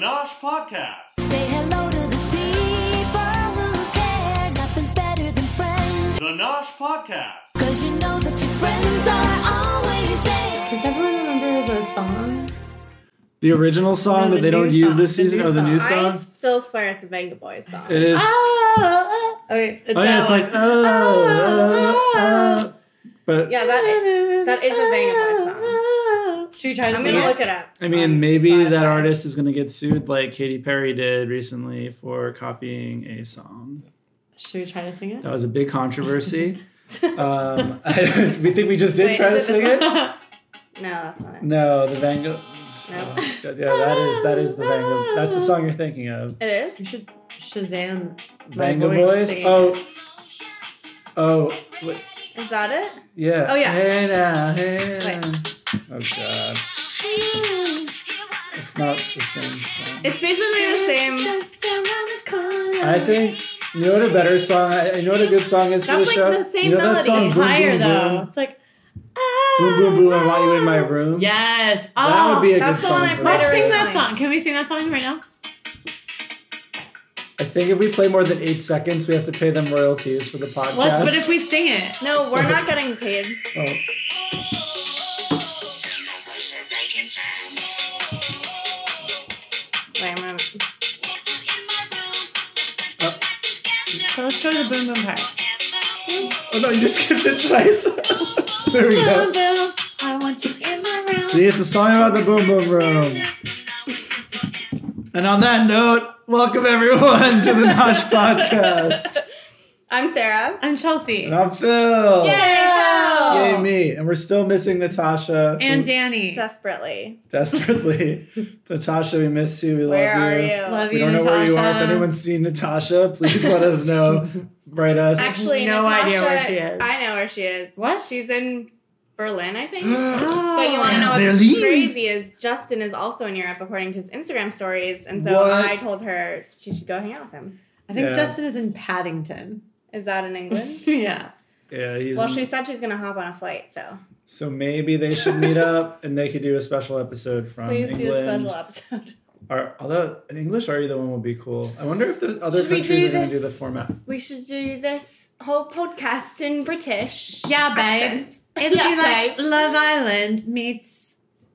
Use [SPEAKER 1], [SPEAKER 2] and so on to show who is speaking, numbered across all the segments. [SPEAKER 1] Josh podcast,
[SPEAKER 2] Say hello to the people who care. Nothing's better than friends.
[SPEAKER 1] the Nosh podcast.
[SPEAKER 2] Cause you know that your friends are always there.
[SPEAKER 3] Does everyone remember the song?
[SPEAKER 4] The original
[SPEAKER 3] No,
[SPEAKER 4] song that
[SPEAKER 3] the
[SPEAKER 4] they don't
[SPEAKER 3] new
[SPEAKER 4] use
[SPEAKER 3] song.
[SPEAKER 4] this
[SPEAKER 3] The
[SPEAKER 4] season,
[SPEAKER 3] new
[SPEAKER 4] or the new
[SPEAKER 5] I
[SPEAKER 4] song?
[SPEAKER 5] still swear it's a Venga Boys song.
[SPEAKER 4] It is.
[SPEAKER 3] Oh, uh, okay.
[SPEAKER 4] oh yeah, it's like oh, oh, oh. but
[SPEAKER 5] yeah, that that is a Venga Boys song.
[SPEAKER 3] Should we try to
[SPEAKER 5] I'm
[SPEAKER 3] sing
[SPEAKER 5] gonna
[SPEAKER 3] it?
[SPEAKER 5] look it up.
[SPEAKER 4] I
[SPEAKER 5] on
[SPEAKER 4] mean, maybe that
[SPEAKER 5] Spotify.
[SPEAKER 4] artist is gonna get sued like Katy Perry did recently for copying a song.
[SPEAKER 3] Should we try to sing it?
[SPEAKER 4] That was a big controversy. um, I, we think we just did
[SPEAKER 5] Wait,
[SPEAKER 4] try to
[SPEAKER 5] is it
[SPEAKER 4] sing it.
[SPEAKER 5] this one? No, that's not it.
[SPEAKER 4] No, the Van Gogh.
[SPEAKER 5] No.
[SPEAKER 4] Oh, God, yeah, that is that is the Van Gogh. That's the song you're thinking of.
[SPEAKER 5] It
[SPEAKER 3] You
[SPEAKER 5] is.
[SPEAKER 3] should Shazam.
[SPEAKER 4] Van Gogh
[SPEAKER 3] voice
[SPEAKER 4] Boys.
[SPEAKER 3] singing.
[SPEAKER 4] Oh, oh, wait.
[SPEAKER 5] Is that it?
[SPEAKER 4] Yeah.
[SPEAKER 5] Oh, yeah.
[SPEAKER 4] Hey now, hey
[SPEAKER 5] Wait.
[SPEAKER 4] now. Oh god. It's not the same song.
[SPEAKER 5] It's basically the same.
[SPEAKER 2] Just around the corner.
[SPEAKER 4] I think you know what a better song. I you know what a good song is for
[SPEAKER 5] That's
[SPEAKER 4] the
[SPEAKER 5] like
[SPEAKER 4] show.
[SPEAKER 5] the same
[SPEAKER 4] you know
[SPEAKER 5] melody.
[SPEAKER 4] That song, boom,
[SPEAKER 3] Higher
[SPEAKER 4] boom,
[SPEAKER 3] though.
[SPEAKER 4] Boom.
[SPEAKER 3] It's like.
[SPEAKER 4] Boom boom boom! I want you in my room.
[SPEAKER 3] Yes. Oh,
[SPEAKER 4] That would be a
[SPEAKER 5] that's
[SPEAKER 4] good
[SPEAKER 5] the
[SPEAKER 4] song.
[SPEAKER 5] one I
[SPEAKER 4] for
[SPEAKER 5] played
[SPEAKER 4] us.
[SPEAKER 3] Let's sing
[SPEAKER 5] Literally.
[SPEAKER 3] that song. Can we sing that song right now?
[SPEAKER 4] I think if we play more than eight seconds, we have to pay them royalties for the podcast.
[SPEAKER 3] What? But if we sing it,
[SPEAKER 5] No, we're not getting paid.
[SPEAKER 4] oh.
[SPEAKER 5] Wait, I'm gonna.
[SPEAKER 3] so let's go to the boom boom part.
[SPEAKER 4] oh no, you just skipped it twice. there we go.
[SPEAKER 3] I want you in my room.
[SPEAKER 4] See, it's a song about the boom boom room. And on that note, welcome everyone to the Nosh Podcast.
[SPEAKER 5] I'm Sarah.
[SPEAKER 3] I'm Chelsea.
[SPEAKER 4] And I'm Phil.
[SPEAKER 5] Yay,
[SPEAKER 4] Yay, me. And we're still missing Natasha.
[SPEAKER 3] And
[SPEAKER 4] who-
[SPEAKER 3] Danny.
[SPEAKER 5] Desperately.
[SPEAKER 4] desperately. Natasha, we miss you. We
[SPEAKER 5] Where
[SPEAKER 4] love
[SPEAKER 5] are
[SPEAKER 4] you.
[SPEAKER 5] you?
[SPEAKER 3] Love
[SPEAKER 4] We
[SPEAKER 3] you,
[SPEAKER 4] don't know
[SPEAKER 3] Natasha.
[SPEAKER 4] where you are. If anyone's seen Natasha, please let us know. Write us.
[SPEAKER 5] Actually,
[SPEAKER 3] No
[SPEAKER 5] Natasha,
[SPEAKER 3] idea where she is.
[SPEAKER 5] I know where she is.
[SPEAKER 3] What?
[SPEAKER 5] She's in Berlin, I think.
[SPEAKER 3] Oh.
[SPEAKER 5] But you want to know what's
[SPEAKER 4] Berlin.
[SPEAKER 5] crazy is Justin is also in Europe according to his Instagram stories, and so
[SPEAKER 4] What?
[SPEAKER 5] I told her she should go hang out with him.
[SPEAKER 3] I think
[SPEAKER 4] Yeah.
[SPEAKER 3] Justin is in Paddington.
[SPEAKER 5] Is that in England?
[SPEAKER 3] yeah.
[SPEAKER 4] yeah, he's
[SPEAKER 5] well,
[SPEAKER 4] in-
[SPEAKER 5] she said she's gonna hop on a flight, so
[SPEAKER 4] so maybe they should meet up and they could do a special episode from
[SPEAKER 5] please
[SPEAKER 4] England.
[SPEAKER 5] do a special episode.
[SPEAKER 4] Or, although an English Are You the One would be cool. I wonder if the other
[SPEAKER 5] Should we
[SPEAKER 4] countries
[SPEAKER 5] do
[SPEAKER 4] are going
[SPEAKER 5] this?
[SPEAKER 4] to do the format.
[SPEAKER 5] We should do this whole podcast in British.
[SPEAKER 3] Yeah, babe.
[SPEAKER 5] accent.
[SPEAKER 3] It'll
[SPEAKER 5] Yeah,
[SPEAKER 3] be like
[SPEAKER 5] babe.
[SPEAKER 3] Love Island meets.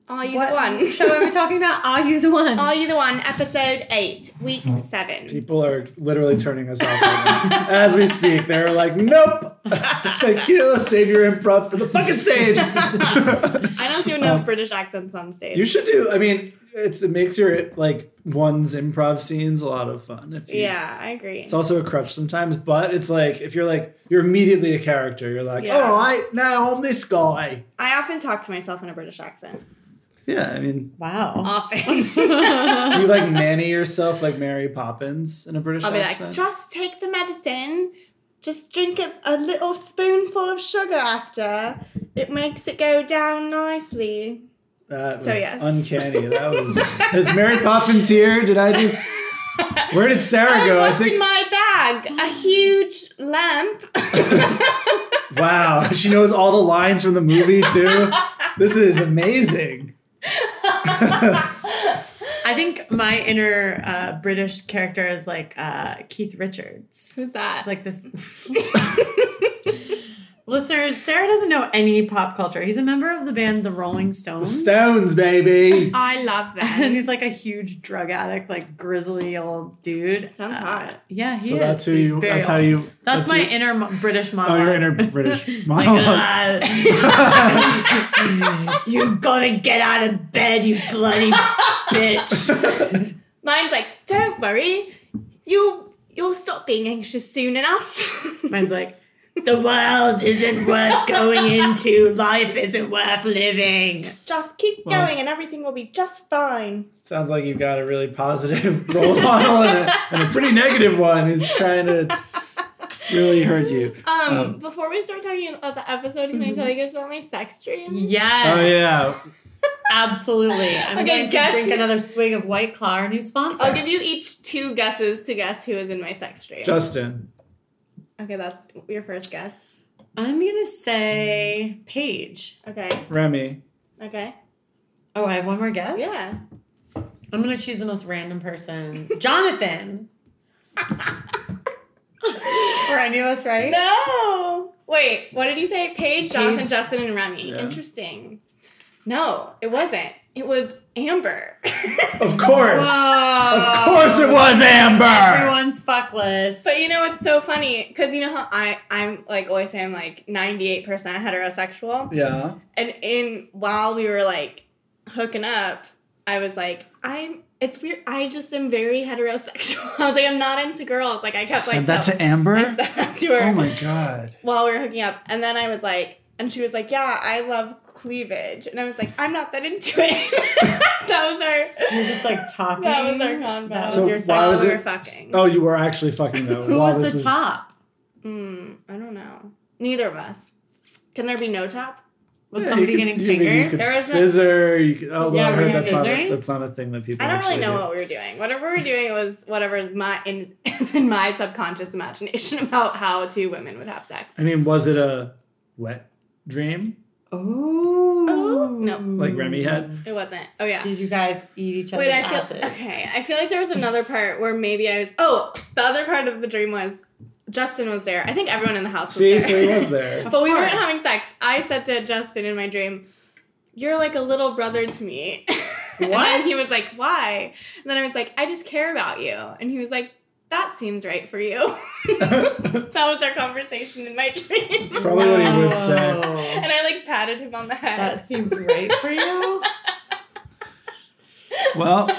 [SPEAKER 5] Are you
[SPEAKER 3] what-
[SPEAKER 5] the one?
[SPEAKER 3] so are we talking about Are You the One?
[SPEAKER 5] Are you the one? Episode eight, week
[SPEAKER 4] Oh,
[SPEAKER 5] seven.
[SPEAKER 4] People are literally turning us off right now. as we speak. They're like, "Nope, thank you. Save your improv for the fucking stage."
[SPEAKER 5] I don't do enough
[SPEAKER 4] Um,
[SPEAKER 5] British accents on stage.
[SPEAKER 4] you should do. I mean, it's it makes your like one's improv scenes a lot of fun. If you,
[SPEAKER 5] yeah, I agree.
[SPEAKER 4] it's also a crutch sometimes, but it's like if you're like you're immediately a character. You're like,
[SPEAKER 5] Yeah.
[SPEAKER 4] "All right, now I'm this guy."
[SPEAKER 5] I often talk to myself in a British accent.
[SPEAKER 4] Yeah, I mean,
[SPEAKER 3] wow.
[SPEAKER 5] Often.
[SPEAKER 4] do you like nanny yourself like Mary Poppins in a British
[SPEAKER 5] I'll be like,
[SPEAKER 4] accent?
[SPEAKER 5] just take the medicine. Just drink it a little spoonful of sugar after. It makes it go down nicely.
[SPEAKER 4] That was
[SPEAKER 5] So, yes.
[SPEAKER 4] uncanny. That was is Mary Poppins here? Did I just where did Sarah go? I
[SPEAKER 5] What's in
[SPEAKER 4] think
[SPEAKER 5] my bag? A huge lamp.
[SPEAKER 4] wow, she knows all the lines from the movie too. This is amazing.
[SPEAKER 3] I think my inner uh, British character is like uh, Keith Richards.
[SPEAKER 5] Who's that?
[SPEAKER 3] Like this. Listeners, Sarah doesn't know any pop culture. He's a member of the band The Rolling Stones.
[SPEAKER 4] Stones, baby.
[SPEAKER 5] I love
[SPEAKER 3] and
[SPEAKER 5] them.
[SPEAKER 3] he's like a huge drug addict, like grizzly old dude.
[SPEAKER 5] Sounds
[SPEAKER 3] Uh,
[SPEAKER 5] hot.
[SPEAKER 3] Yeah, he
[SPEAKER 4] So
[SPEAKER 3] is.
[SPEAKER 4] that's who
[SPEAKER 3] He's
[SPEAKER 4] you.
[SPEAKER 3] very
[SPEAKER 4] That's how
[SPEAKER 3] old.
[SPEAKER 4] you.
[SPEAKER 3] That's, my
[SPEAKER 4] your-
[SPEAKER 3] inner mo- British mom.
[SPEAKER 4] Oh, your inner British
[SPEAKER 5] Oh
[SPEAKER 4] mom.
[SPEAKER 3] you gotta get out of bed, you bloody bitch.
[SPEAKER 5] Mine's like, don't worry, you'll you'll stop being anxious soon enough.
[SPEAKER 3] Mine's like, the world isn't worth going into. Life isn't worth living.
[SPEAKER 5] just keep
[SPEAKER 4] Well-
[SPEAKER 5] going and everything will be just fine.
[SPEAKER 4] Sounds like you've got a really positive role model and a, and a pretty negative one who's trying to really hurt you.
[SPEAKER 3] Uh,
[SPEAKER 5] Um,
[SPEAKER 4] Um, mm-hmm.
[SPEAKER 5] before we start talking about the episode, can I tell you guys about my sex dream?
[SPEAKER 3] Yes.
[SPEAKER 4] Oh yeah,
[SPEAKER 3] Absolutely. I'm
[SPEAKER 5] Okay,
[SPEAKER 3] going to
[SPEAKER 5] guess
[SPEAKER 3] drink
[SPEAKER 5] who-
[SPEAKER 3] another swig of White Claw, our new sponsor.
[SPEAKER 5] I'll give you each two guesses to guess who is in my sex dream.
[SPEAKER 4] Justin.
[SPEAKER 5] okay, that's your first guess.
[SPEAKER 3] I'm going to say Paige.
[SPEAKER 5] Okay,
[SPEAKER 4] Remy.
[SPEAKER 5] okay.
[SPEAKER 3] Oh, I have one more guess?
[SPEAKER 5] Yeah.
[SPEAKER 3] I'm gonna choose the most random person, Jonathan.
[SPEAKER 5] For any of us, right? No. Wait, what did you say? Paige, Jonathan,
[SPEAKER 3] Paige.
[SPEAKER 5] Justin, and Remy.
[SPEAKER 4] Yeah.
[SPEAKER 5] Interesting. No, it wasn't. It was Amber.
[SPEAKER 4] Of course. Of
[SPEAKER 3] Whoa.
[SPEAKER 4] course it was Amber.
[SPEAKER 3] Everyone's fuckless.
[SPEAKER 5] but you know what's so funny? Because you know how I, I'm like always say I'm like 98% heterosexual.
[SPEAKER 4] Yeah.
[SPEAKER 5] And in while we were like hooking up, I was like, I'm it's weird. I just am very heterosexual. I was like, I'm not into girls. Like I kept like
[SPEAKER 4] Said that
[SPEAKER 5] tell-
[SPEAKER 4] to Amber?
[SPEAKER 5] I said that to her.
[SPEAKER 4] Oh my god.
[SPEAKER 5] while we were hooking up. And then I was like, and she was like, yeah, I love cleavage. And I was like, I'm not that into it. that was our,
[SPEAKER 3] You're just like talking.
[SPEAKER 5] that was our convo.
[SPEAKER 3] That was
[SPEAKER 4] So
[SPEAKER 3] your
[SPEAKER 4] why
[SPEAKER 3] side.
[SPEAKER 4] was
[SPEAKER 5] we were
[SPEAKER 4] it-
[SPEAKER 5] fucking.
[SPEAKER 4] Oh, you were actually fucking though.
[SPEAKER 3] Who
[SPEAKER 4] while
[SPEAKER 3] was
[SPEAKER 4] this
[SPEAKER 3] the top?
[SPEAKER 5] Mm, I don't know. Neither of us. Can there be no top?
[SPEAKER 3] Was
[SPEAKER 4] Yeah, you
[SPEAKER 3] somebody
[SPEAKER 4] could-
[SPEAKER 3] getting
[SPEAKER 4] you mean You
[SPEAKER 3] fingered?
[SPEAKER 4] could
[SPEAKER 5] There was a-
[SPEAKER 4] scissor. You could, although
[SPEAKER 3] Yeah,
[SPEAKER 4] I
[SPEAKER 3] were
[SPEAKER 4] heard
[SPEAKER 3] you
[SPEAKER 4] that's not, a,
[SPEAKER 3] scissoring?
[SPEAKER 4] that's not a thing that people
[SPEAKER 5] I don't really
[SPEAKER 4] actually
[SPEAKER 5] know
[SPEAKER 4] do.
[SPEAKER 5] what we were doing. Whatever we were doing, it was whatever's my in, is in my subconscious imagination about how two women would have sex.
[SPEAKER 4] I mean, was it a wet dream
[SPEAKER 3] Ooh.
[SPEAKER 5] Oh, no.
[SPEAKER 4] like Remy had?
[SPEAKER 5] It wasn't. Oh yeah.
[SPEAKER 3] Did you guys eat each other's
[SPEAKER 5] Wait, I feel
[SPEAKER 3] asses?
[SPEAKER 5] okay. I feel like there was another part where maybe I was. Oh, the other part of the dream was Justin was there. I think everyone in the house was
[SPEAKER 4] See,
[SPEAKER 5] there.
[SPEAKER 4] so he was there.
[SPEAKER 5] but we weren't
[SPEAKER 3] course.
[SPEAKER 5] having sex. I said to Justin in my dream, "You're like a little brother to me." and
[SPEAKER 3] What?
[SPEAKER 5] then he was like, "Why?" And then I was like, "I just care about you." And he was like, "That seems right for you."
[SPEAKER 4] it's
[SPEAKER 5] that was our conversation in my dream.
[SPEAKER 4] probably what he would say.
[SPEAKER 3] No.
[SPEAKER 5] And I like patted him on the head.
[SPEAKER 3] That seems right for you.
[SPEAKER 4] Well,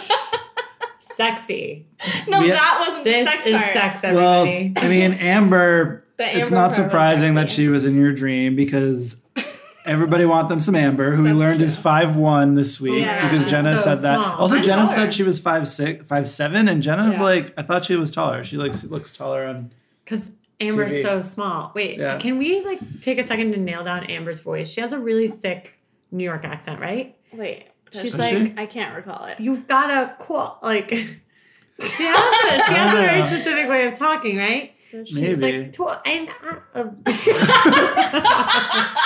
[SPEAKER 3] Sexy.
[SPEAKER 5] no,
[SPEAKER 4] we-
[SPEAKER 5] that wasn't
[SPEAKER 3] This
[SPEAKER 5] the sex
[SPEAKER 3] is
[SPEAKER 5] part.
[SPEAKER 3] sex,
[SPEAKER 4] well,
[SPEAKER 3] everybody.
[SPEAKER 4] I mean, Amber.
[SPEAKER 5] The
[SPEAKER 4] it's
[SPEAKER 5] Amber
[SPEAKER 4] not
[SPEAKER 5] part was
[SPEAKER 4] surprising that
[SPEAKER 5] sexy.
[SPEAKER 4] she was in your dream because everybody want them some Amber, who we
[SPEAKER 5] That's
[SPEAKER 4] learned
[SPEAKER 5] true.
[SPEAKER 4] is five one this week
[SPEAKER 3] Yeah,
[SPEAKER 4] because
[SPEAKER 3] she's
[SPEAKER 4] Jenna
[SPEAKER 3] so
[SPEAKER 4] said that.
[SPEAKER 3] small.
[SPEAKER 4] Also,
[SPEAKER 3] I'm
[SPEAKER 4] Jenna
[SPEAKER 3] taller.
[SPEAKER 4] said she was five six, five seven, and Jenna's
[SPEAKER 3] Yeah.
[SPEAKER 4] like, I thought she was taller. She looks looks taller on.
[SPEAKER 3] Because Amber's
[SPEAKER 4] TV.
[SPEAKER 3] so small. Wait,
[SPEAKER 4] Yeah.
[SPEAKER 3] can we like take a second to nail down Amber's voice? She has a really thick New York accent, right?
[SPEAKER 5] Wait,
[SPEAKER 3] She's
[SPEAKER 5] that's-
[SPEAKER 4] Does she?
[SPEAKER 3] like,
[SPEAKER 5] I can't recall it.
[SPEAKER 3] you've got a qual like. She has a she has a very
[SPEAKER 4] Ah.
[SPEAKER 3] specific way of talking, right? She's
[SPEAKER 4] Maybe.
[SPEAKER 3] like, "Tw- I'm, Uh, I'm-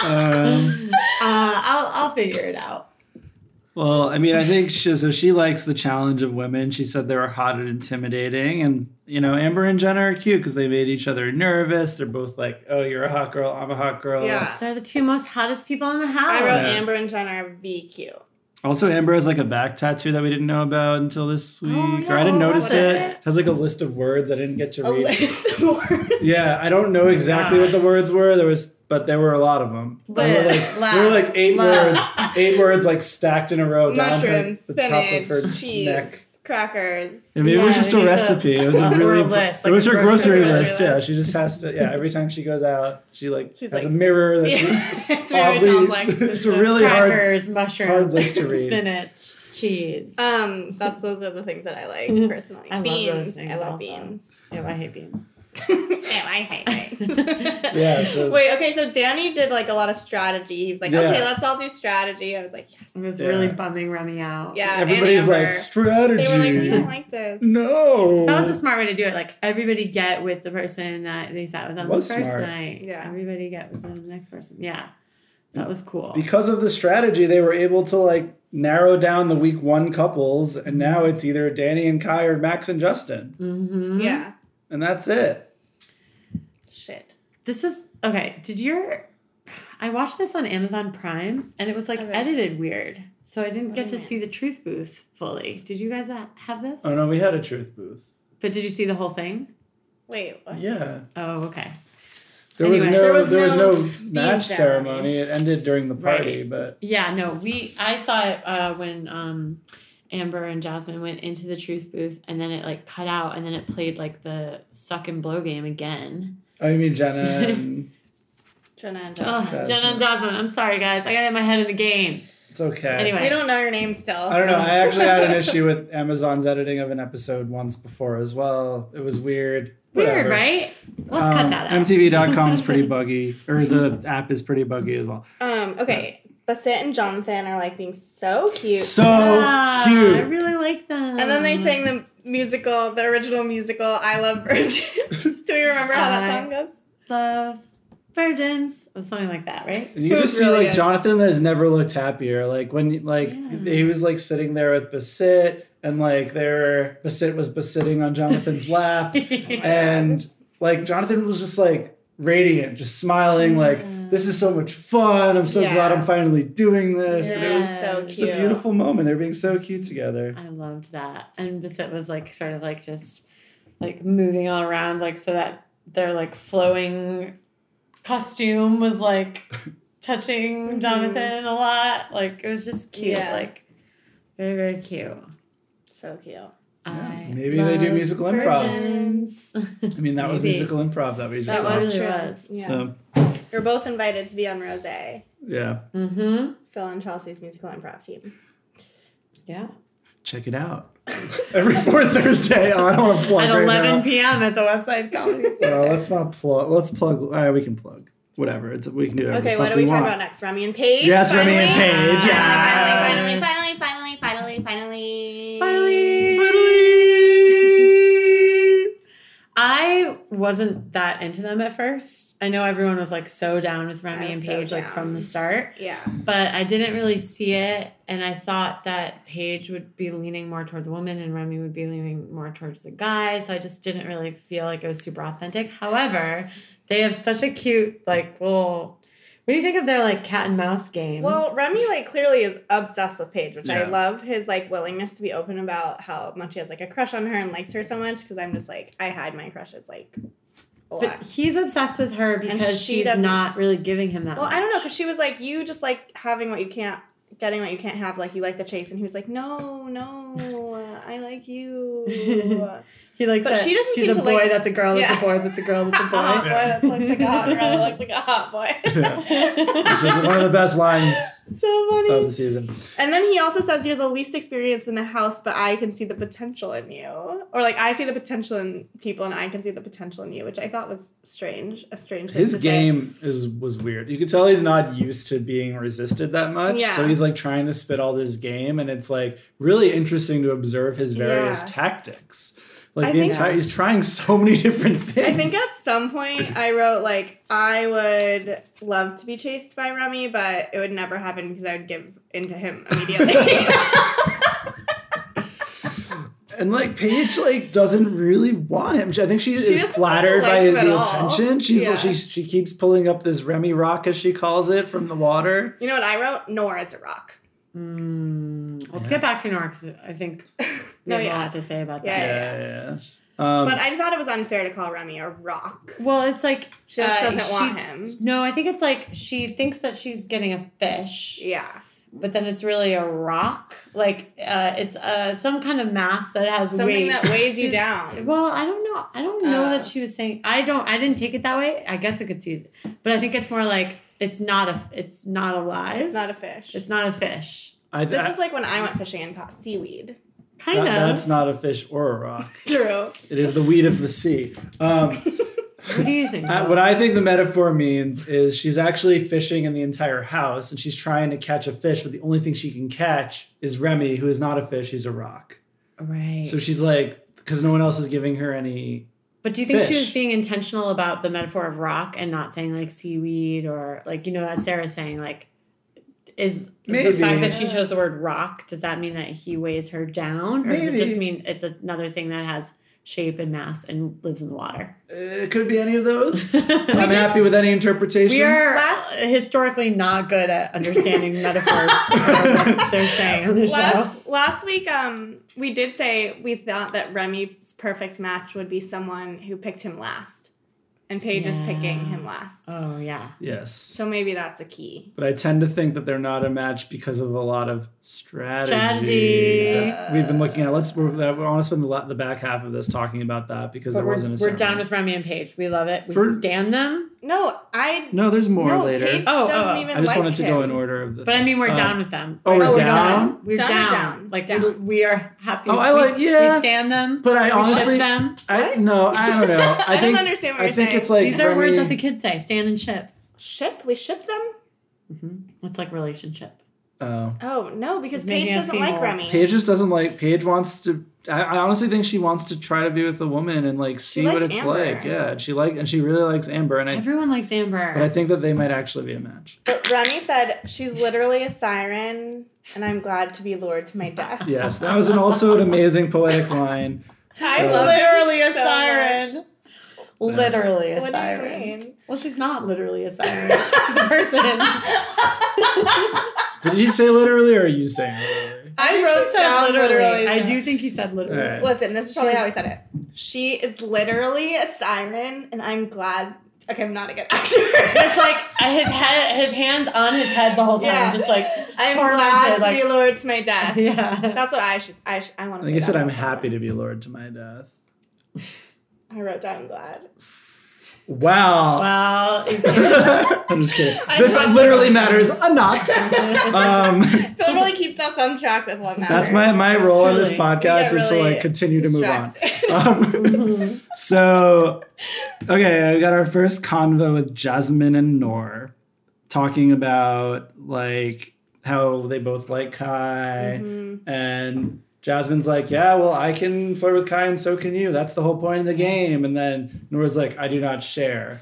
[SPEAKER 4] Um,
[SPEAKER 3] uh, I'll I'll figure it out.
[SPEAKER 4] Well, I mean, I think she, so. She likes the challenge of women. She said they were hot and intimidating, and you know, Amber and Jenna are cute because they made each other nervous. They're both like, "Oh, you're a hot girl. I'm a hot girl."
[SPEAKER 5] Yeah.
[SPEAKER 3] They're the two most hottest people in the house.
[SPEAKER 5] I wrote
[SPEAKER 4] Yeah.
[SPEAKER 5] Amber and Jenna are VQ.
[SPEAKER 4] Also, Amber has like a back tattoo that we didn't know about until this
[SPEAKER 5] Oh,
[SPEAKER 4] week, or I
[SPEAKER 3] yeah,
[SPEAKER 4] didn't
[SPEAKER 3] what
[SPEAKER 4] notice
[SPEAKER 3] was
[SPEAKER 4] it.
[SPEAKER 3] it?
[SPEAKER 4] Has like a list of words I didn't get to
[SPEAKER 5] A
[SPEAKER 4] read.
[SPEAKER 5] list Oh of words.
[SPEAKER 4] Yeah, I don't know exactly what the words were. There was, but there were a lot of them. There were like, there were like eight words, eight words like stacked in a row down
[SPEAKER 5] Mushrooms,
[SPEAKER 4] her, the top of her
[SPEAKER 5] spinach, cheese,
[SPEAKER 4] neck.
[SPEAKER 5] crackers.
[SPEAKER 4] Yeah, maybe it
[SPEAKER 3] Yeah,
[SPEAKER 4] was just
[SPEAKER 3] we
[SPEAKER 4] a
[SPEAKER 3] need to-
[SPEAKER 4] recipe. It was
[SPEAKER 3] a
[SPEAKER 4] a really
[SPEAKER 3] world list,
[SPEAKER 4] it
[SPEAKER 3] like
[SPEAKER 4] was
[SPEAKER 3] a
[SPEAKER 4] her
[SPEAKER 3] grocery
[SPEAKER 4] grocery,
[SPEAKER 5] list.
[SPEAKER 4] list. Yeah, she just has to. Yeah, every time she goes out, she like
[SPEAKER 5] She's
[SPEAKER 4] has
[SPEAKER 5] like-
[SPEAKER 4] a mirror. That she's
[SPEAKER 5] Yeah, it's very
[SPEAKER 4] oddly-
[SPEAKER 5] complex.
[SPEAKER 4] it's a
[SPEAKER 5] system.
[SPEAKER 4] really hard.
[SPEAKER 3] Crackers, mushrooms,
[SPEAKER 4] hard list to read.
[SPEAKER 3] spinach, cheese.
[SPEAKER 5] Um, that's those are the things that Mm-hmm. I like
[SPEAKER 3] Mhm.
[SPEAKER 5] personally.
[SPEAKER 3] I love
[SPEAKER 5] beans.
[SPEAKER 3] those things
[SPEAKER 5] I love
[SPEAKER 3] also.
[SPEAKER 5] beans.
[SPEAKER 3] yeah, I hate beans.
[SPEAKER 5] Ew, I hate it.
[SPEAKER 4] Yeah, so-
[SPEAKER 5] Wait. Okay. So Danny did like a lot of strategy. He was like,
[SPEAKER 4] Yeah.
[SPEAKER 5] "Okay, let's all do strategy." I was like, "Yes."
[SPEAKER 3] It was
[SPEAKER 4] Yeah.
[SPEAKER 3] really bumming Remy out.
[SPEAKER 5] Yeah. and
[SPEAKER 4] Everybody's
[SPEAKER 5] Amber.
[SPEAKER 4] like strategy.
[SPEAKER 5] They were like, "We don't like this."
[SPEAKER 4] no,
[SPEAKER 3] That was a smart way to do it. Like everybody get with the person that they sat with on
[SPEAKER 4] Was
[SPEAKER 3] the first
[SPEAKER 4] smart.
[SPEAKER 3] night.
[SPEAKER 5] Yeah.
[SPEAKER 3] Everybody get with the next person. Yeah. That was cool.
[SPEAKER 4] because of the strategy, they were able to like narrow down the week one couples, and now it's either Danny and Kai or Max and Justin,
[SPEAKER 3] Mhm.
[SPEAKER 5] Yeah.
[SPEAKER 4] and that's it.
[SPEAKER 5] Shit.
[SPEAKER 3] This is okay. Did your I watched this on Amazon Prime and it was like
[SPEAKER 5] Okay.
[SPEAKER 3] edited weird. So I didn't
[SPEAKER 5] What
[SPEAKER 3] get
[SPEAKER 5] do
[SPEAKER 3] to
[SPEAKER 5] you
[SPEAKER 3] see the truth booth fully. Did you guys ha- have this?
[SPEAKER 4] Oh no, we had a truth booth.
[SPEAKER 3] But did you see the whole thing?
[SPEAKER 5] Wait. What?
[SPEAKER 4] Yeah,
[SPEAKER 3] Oh, okay.
[SPEAKER 4] there was
[SPEAKER 3] Anyway,
[SPEAKER 4] no
[SPEAKER 5] there
[SPEAKER 4] there
[SPEAKER 5] was
[SPEAKER 4] was,
[SPEAKER 5] no
[SPEAKER 4] no,
[SPEAKER 5] speed
[SPEAKER 4] match
[SPEAKER 5] ceremony.
[SPEAKER 4] ceremony. It ended during the party,
[SPEAKER 3] Right.
[SPEAKER 4] but
[SPEAKER 3] Yeah, no, we I saw it uh, when um, Amber and Jasmine went into the truth booth, and then it like cut out, and then it played like the suck and blow game again.
[SPEAKER 4] oh, you mean Jenna? and-
[SPEAKER 5] Jenna and
[SPEAKER 3] Oh,
[SPEAKER 5] Jasmine.
[SPEAKER 3] Jenna and Jasmine, I'm sorry guys, I got it in my head in the game.
[SPEAKER 4] It's okay.
[SPEAKER 3] Anyway,
[SPEAKER 5] We don't know your name still.
[SPEAKER 4] I don't know. I actually had an issue with Amazon's editing of an episode once before as well. It was weird.
[SPEAKER 3] weird,
[SPEAKER 4] Whatever.
[SPEAKER 3] right? Let's cut
[SPEAKER 4] Um,
[SPEAKER 3] that out.
[SPEAKER 4] MTV.com is pretty buggy, or the app is pretty buggy as well.
[SPEAKER 5] Um, okay. Bassett and Jonathan are like being so cute.
[SPEAKER 4] So
[SPEAKER 3] Ah, I
[SPEAKER 4] cute.
[SPEAKER 3] really like them.
[SPEAKER 5] and then they sang the musical, the original musical, I Love Virgins. Do we remember how that
[SPEAKER 3] I-
[SPEAKER 5] song goes?
[SPEAKER 3] love virgins or something like that, right?
[SPEAKER 4] And you
[SPEAKER 5] It
[SPEAKER 4] just
[SPEAKER 5] was
[SPEAKER 4] see
[SPEAKER 5] really
[SPEAKER 4] like
[SPEAKER 5] good.
[SPEAKER 4] Jonathan has never looked happier. Like when like
[SPEAKER 3] Yeah.
[SPEAKER 4] he was like sitting there with Basit and like they were Basit was Basitting on Jonathan's lap. and like Jonathan was just like radiant, just smiling,
[SPEAKER 3] Yeah.
[SPEAKER 4] like, this is so much fun. I'm so
[SPEAKER 5] Mm. Yeah.
[SPEAKER 4] glad I'm finally doing this. And it was
[SPEAKER 3] Yeah.
[SPEAKER 5] so
[SPEAKER 4] just a
[SPEAKER 5] cute.
[SPEAKER 4] beautiful moment. They're being so cute together.
[SPEAKER 3] I loved that. And Bissett was like sort of like just like moving all around like so that their like flowing costume was like touching
[SPEAKER 4] Mm-hmm.
[SPEAKER 5] Mhm.
[SPEAKER 3] Jonathan a lot. Like it was just cute.
[SPEAKER 5] Yeah.
[SPEAKER 3] Like very, very cute.
[SPEAKER 5] So cute.
[SPEAKER 3] I
[SPEAKER 4] Maybe they do
[SPEAKER 3] love
[SPEAKER 4] musical improv.
[SPEAKER 3] virgins.
[SPEAKER 4] I mean, that was
[SPEAKER 3] Maybe.
[SPEAKER 4] musical improv that we just
[SPEAKER 5] That
[SPEAKER 4] saw.
[SPEAKER 5] was
[SPEAKER 3] Really
[SPEAKER 5] true.
[SPEAKER 3] was.
[SPEAKER 5] Yeah.
[SPEAKER 4] So
[SPEAKER 5] You're both invited to be on Rose, Phil
[SPEAKER 4] yeah.
[SPEAKER 3] mm-hmm.
[SPEAKER 5] and Chelsea's musical improv team.
[SPEAKER 3] Yeah.
[SPEAKER 4] Check it out. Every fourth Thursday. Oh, I don't want to plug
[SPEAKER 3] At
[SPEAKER 4] right
[SPEAKER 3] 11
[SPEAKER 4] now.
[SPEAKER 3] p.m. at the Westside Comedy.
[SPEAKER 4] Uh, let's not plug. Let's plug. Uh, we can plug. Whatever. It's we can do. Whatever
[SPEAKER 5] Okay,
[SPEAKER 4] the
[SPEAKER 5] what
[SPEAKER 4] fuck
[SPEAKER 5] are we, talking
[SPEAKER 4] want.
[SPEAKER 5] about next? Remy and Paige?
[SPEAKER 4] Yes, Remy
[SPEAKER 3] Finally,
[SPEAKER 4] and Paige. yes.
[SPEAKER 5] finally? Ah, Finally, finally, finally, finally, finally, finally.
[SPEAKER 3] Finally.
[SPEAKER 4] Finally.
[SPEAKER 3] I wasn't that into them at first. I know everyone was like so down with
[SPEAKER 5] I
[SPEAKER 3] Remy
[SPEAKER 5] was
[SPEAKER 3] and
[SPEAKER 5] so
[SPEAKER 3] Paige like
[SPEAKER 5] down.
[SPEAKER 3] from the start,
[SPEAKER 5] Yeah.
[SPEAKER 3] but I didn't really see it. And I thought that Paige would be leaning more towards women and Remy would be leaning more towards the guy. So I just didn't really feel like it was super authentic. However, they have such a cute like little. What do you think of their like cat and mouse game?
[SPEAKER 5] Well, Remy like clearly is obsessed with Paige, which I
[SPEAKER 4] Yeah.
[SPEAKER 5] love his like willingness to be open about how much he has like a crush on her and likes her so much. Because I'm just like I hide my crushes like a lot.
[SPEAKER 3] but he's obsessed with her because
[SPEAKER 5] she
[SPEAKER 3] she's
[SPEAKER 5] doesn't-
[SPEAKER 3] not really giving him that.
[SPEAKER 5] well, I don't know
[SPEAKER 3] much.
[SPEAKER 5] because she was like you just like having what you can't, getting what you can't have. Like you like the chase, and he was like, no, no, uh, I like you.
[SPEAKER 3] He likes
[SPEAKER 5] But
[SPEAKER 3] that.
[SPEAKER 5] she doesn't
[SPEAKER 3] she's
[SPEAKER 5] seem
[SPEAKER 3] a
[SPEAKER 5] to
[SPEAKER 3] boy.
[SPEAKER 5] like-
[SPEAKER 3] that's a girl. That's
[SPEAKER 5] Yeah.
[SPEAKER 3] a boy. That's a girl. That's a
[SPEAKER 5] A hot
[SPEAKER 3] boy.
[SPEAKER 5] boy that looks like a hot girl that looks like a hot
[SPEAKER 4] Which
[SPEAKER 5] boy.
[SPEAKER 4] is one of the best lines
[SPEAKER 5] so funny.
[SPEAKER 4] of the season.
[SPEAKER 5] And then he also says you're the least experienced in the house, but I can see the potential in you. Or like I see the potential in people and I can see the potential in you, which I thought was strange. A strange thing
[SPEAKER 4] His
[SPEAKER 5] to say.
[SPEAKER 4] game is was weird. You could tell he's not used to being resisted that much.
[SPEAKER 5] Yeah.
[SPEAKER 4] So he's like trying to spit all this game, and it's like really interesting to observe his various
[SPEAKER 5] Yeah.
[SPEAKER 4] tactics. Like
[SPEAKER 5] I
[SPEAKER 4] the
[SPEAKER 5] think-
[SPEAKER 4] entire, he's trying so many different things.
[SPEAKER 5] I think at some point I wrote like I would love to be chased by Remy, but it would never happen because I would give into him immediately.
[SPEAKER 4] And like Paige like doesn't really want him. She- I think she, is
[SPEAKER 5] doesn't
[SPEAKER 4] flattered
[SPEAKER 5] like
[SPEAKER 4] by
[SPEAKER 5] him at
[SPEAKER 4] the
[SPEAKER 5] all.
[SPEAKER 4] attention. She's
[SPEAKER 5] Yeah.
[SPEAKER 4] she she keeps pulling up this Remy rock as she calls it from the water.
[SPEAKER 5] you know what I wrote? Nor is a rock.
[SPEAKER 3] Mm, let's get back to Nora because I think we
[SPEAKER 5] No,
[SPEAKER 3] have
[SPEAKER 5] yeah.
[SPEAKER 3] a lot to say about
[SPEAKER 5] Yeah,
[SPEAKER 3] that.
[SPEAKER 4] Yeah, yeah. yeah. Um,
[SPEAKER 5] But I thought it was unfair to call Remy a rock.
[SPEAKER 3] Well, it's like
[SPEAKER 5] She just
[SPEAKER 3] uh,
[SPEAKER 5] doesn't want
[SPEAKER 3] she's-
[SPEAKER 5] him.
[SPEAKER 3] No, I think it's like she thinks that she's getting a fish,
[SPEAKER 5] Yeah.
[SPEAKER 3] but then it's really a rock. Like uh, it's uh, some kind of mass that has
[SPEAKER 5] Something
[SPEAKER 3] weight.
[SPEAKER 5] that weighs you
[SPEAKER 3] She's-
[SPEAKER 5] down.
[SPEAKER 3] Well, I don't know. I don't know
[SPEAKER 5] Uh.
[SPEAKER 3] that she was saying. I don't. I didn't take it that way. I guess I could see, it. but I think it's more like it's not a. It's not alive.
[SPEAKER 5] It's not a fish.
[SPEAKER 3] It's not a fish.
[SPEAKER 4] I,
[SPEAKER 5] This
[SPEAKER 4] I-
[SPEAKER 5] is like when I went fishing and caught seaweed.
[SPEAKER 3] Kind
[SPEAKER 4] that-
[SPEAKER 3] of.
[SPEAKER 4] that's not a fish or a rock.
[SPEAKER 5] True.
[SPEAKER 4] It is the weed of the sea. Um,
[SPEAKER 3] What do you think?
[SPEAKER 5] Uh,
[SPEAKER 4] I- Uh, what I think the metaphor means is she's actually fishing in the entire house, and she's trying to catch a fish, but the only thing she can catch is Remy, who is not a fish; he's a rock.
[SPEAKER 3] right.
[SPEAKER 4] So she's like, because no one else is giving her any
[SPEAKER 3] But do you think she was
[SPEAKER 4] fish.
[SPEAKER 3] being intentional about the metaphor of rock and not saying like seaweed or like you know as Sarah's saying like is
[SPEAKER 4] Maybe.
[SPEAKER 3] the fact that she chose the word rock does that mean that he weighs her down or does it just
[SPEAKER 4] Maybe.
[SPEAKER 3] mean it's another thing that has shape and mass and lives in the water?
[SPEAKER 4] uh, It could be any of those. I'm
[SPEAKER 3] we
[SPEAKER 4] happy with any interpretation.
[SPEAKER 3] are
[SPEAKER 5] Last-
[SPEAKER 3] historically not good at understanding metaphors. or what they're saying on the show.
[SPEAKER 5] Last last week, um, we did say we thought that Remy's perfect match would be someone who picked him last, and Paige is picking
[SPEAKER 3] Yeah.
[SPEAKER 5] him last.
[SPEAKER 3] Oh yeah.
[SPEAKER 4] yes.
[SPEAKER 5] So maybe that's a key.
[SPEAKER 4] But I tend to think that they're not a match because of a lot of strategy.
[SPEAKER 3] Strategy.
[SPEAKER 4] that we've been looking at. Let's. We're, I want to spend the, la- the back half of this talking about that because
[SPEAKER 3] But
[SPEAKER 4] there
[SPEAKER 3] we're,
[SPEAKER 4] wasn't a.
[SPEAKER 3] we're down
[SPEAKER 4] ceremony.
[SPEAKER 3] with Remy and Paige. We love it. We
[SPEAKER 4] For-
[SPEAKER 3] stand them.
[SPEAKER 5] No, I
[SPEAKER 4] No, there's more
[SPEAKER 5] no,
[SPEAKER 4] later.
[SPEAKER 5] Paige
[SPEAKER 3] Oh,
[SPEAKER 5] doesn't
[SPEAKER 3] oh,
[SPEAKER 5] even.
[SPEAKER 4] I just
[SPEAKER 5] like
[SPEAKER 4] wanted to
[SPEAKER 5] him.
[SPEAKER 4] go in order of the.
[SPEAKER 3] But I mean, we're
[SPEAKER 4] Oh.
[SPEAKER 3] down with them.
[SPEAKER 4] Oh, we're
[SPEAKER 5] Oh, we're
[SPEAKER 4] down?
[SPEAKER 5] done.
[SPEAKER 3] We're
[SPEAKER 5] Done
[SPEAKER 3] down.
[SPEAKER 5] or down?
[SPEAKER 3] Like
[SPEAKER 5] Down.
[SPEAKER 3] We, we are happy.
[SPEAKER 4] Oh, I
[SPEAKER 3] We-
[SPEAKER 4] like-
[SPEAKER 3] we,
[SPEAKER 4] yeah.
[SPEAKER 3] stand them.
[SPEAKER 4] But I
[SPEAKER 3] we ship
[SPEAKER 4] honestly-
[SPEAKER 3] them.
[SPEAKER 4] I no, I don't know. I,
[SPEAKER 5] I,
[SPEAKER 4] think
[SPEAKER 5] don't understand what
[SPEAKER 4] I
[SPEAKER 5] you're
[SPEAKER 4] think
[SPEAKER 5] saying.
[SPEAKER 4] it's like
[SPEAKER 3] These are
[SPEAKER 4] Remy-
[SPEAKER 3] words that the kids say: stand and ship.
[SPEAKER 5] ship. We ship them.
[SPEAKER 3] It's like relationship.
[SPEAKER 4] Oh.
[SPEAKER 5] Oh no, because
[SPEAKER 3] is making
[SPEAKER 5] Paige
[SPEAKER 3] us
[SPEAKER 5] doesn't
[SPEAKER 3] seem
[SPEAKER 5] like
[SPEAKER 3] old.
[SPEAKER 5] Remy.
[SPEAKER 4] Paige just doesn't like. Paige wants to I, I honestly think she wants to try to be with a woman and like see what
[SPEAKER 5] likes
[SPEAKER 4] it's
[SPEAKER 5] Amber.
[SPEAKER 4] like. Yeah, and she like and she really likes Amber, and I
[SPEAKER 3] Everyone likes Amber.
[SPEAKER 4] but I think that they might actually be a match.
[SPEAKER 5] But Remy said she's literally a siren, and I'm glad to be lured to my death.
[SPEAKER 4] Yes, that was an also an amazing poetic line.
[SPEAKER 5] I
[SPEAKER 4] So-
[SPEAKER 5] love it
[SPEAKER 3] literally a
[SPEAKER 5] so much.
[SPEAKER 3] siren. Literally a
[SPEAKER 5] What do you
[SPEAKER 3] siren.
[SPEAKER 5] mean?
[SPEAKER 3] Well, she's not literally a siren. she's a person.
[SPEAKER 4] Did you say literally, or are you saying literally?
[SPEAKER 3] I wrote
[SPEAKER 5] said
[SPEAKER 3] down literally.
[SPEAKER 5] literally.
[SPEAKER 3] I do think he said literally.
[SPEAKER 4] All right.
[SPEAKER 5] Listen, this is probably how he said it. She is literally a siren, and I'm glad. Okay, I'm not a good actor.
[SPEAKER 3] It's like his head, his hands on his head the whole time,
[SPEAKER 5] Yeah.
[SPEAKER 3] just like
[SPEAKER 5] I'm
[SPEAKER 3] tormented,
[SPEAKER 5] glad to
[SPEAKER 3] like-
[SPEAKER 5] be lured to my death.
[SPEAKER 3] yeah.
[SPEAKER 5] That's what I should. I, should, I want to.
[SPEAKER 4] Like I
[SPEAKER 5] say
[SPEAKER 4] said,
[SPEAKER 5] that
[SPEAKER 4] I'm
[SPEAKER 5] about
[SPEAKER 4] happy to be lured to my death.
[SPEAKER 5] someone. I wrote down glad.
[SPEAKER 4] Wow.
[SPEAKER 3] Well, you can't-
[SPEAKER 4] I'm just kidding.
[SPEAKER 5] I
[SPEAKER 4] This
[SPEAKER 5] love
[SPEAKER 4] literally
[SPEAKER 5] that.
[SPEAKER 4] matters a lot. Um,
[SPEAKER 5] Phil really keeps us on track with what matters.
[SPEAKER 4] that's my my role in this
[SPEAKER 3] Truly.
[SPEAKER 4] podcast
[SPEAKER 5] We
[SPEAKER 4] is
[SPEAKER 5] get
[SPEAKER 4] to
[SPEAKER 5] really
[SPEAKER 4] like continue to move on.
[SPEAKER 5] distracted. Mm-hmm.
[SPEAKER 4] Um,
[SPEAKER 3] Mhm.
[SPEAKER 4] so, okay, I got our first convo with Jasmine and Nor, talking about like how they both like Kai,
[SPEAKER 5] Mm-hmm.
[SPEAKER 4] and Jasmine's like, "Yeah, well, I can flirt with Kai, and so can you. That's the whole point of the game." And then Nora's like, "I do not share."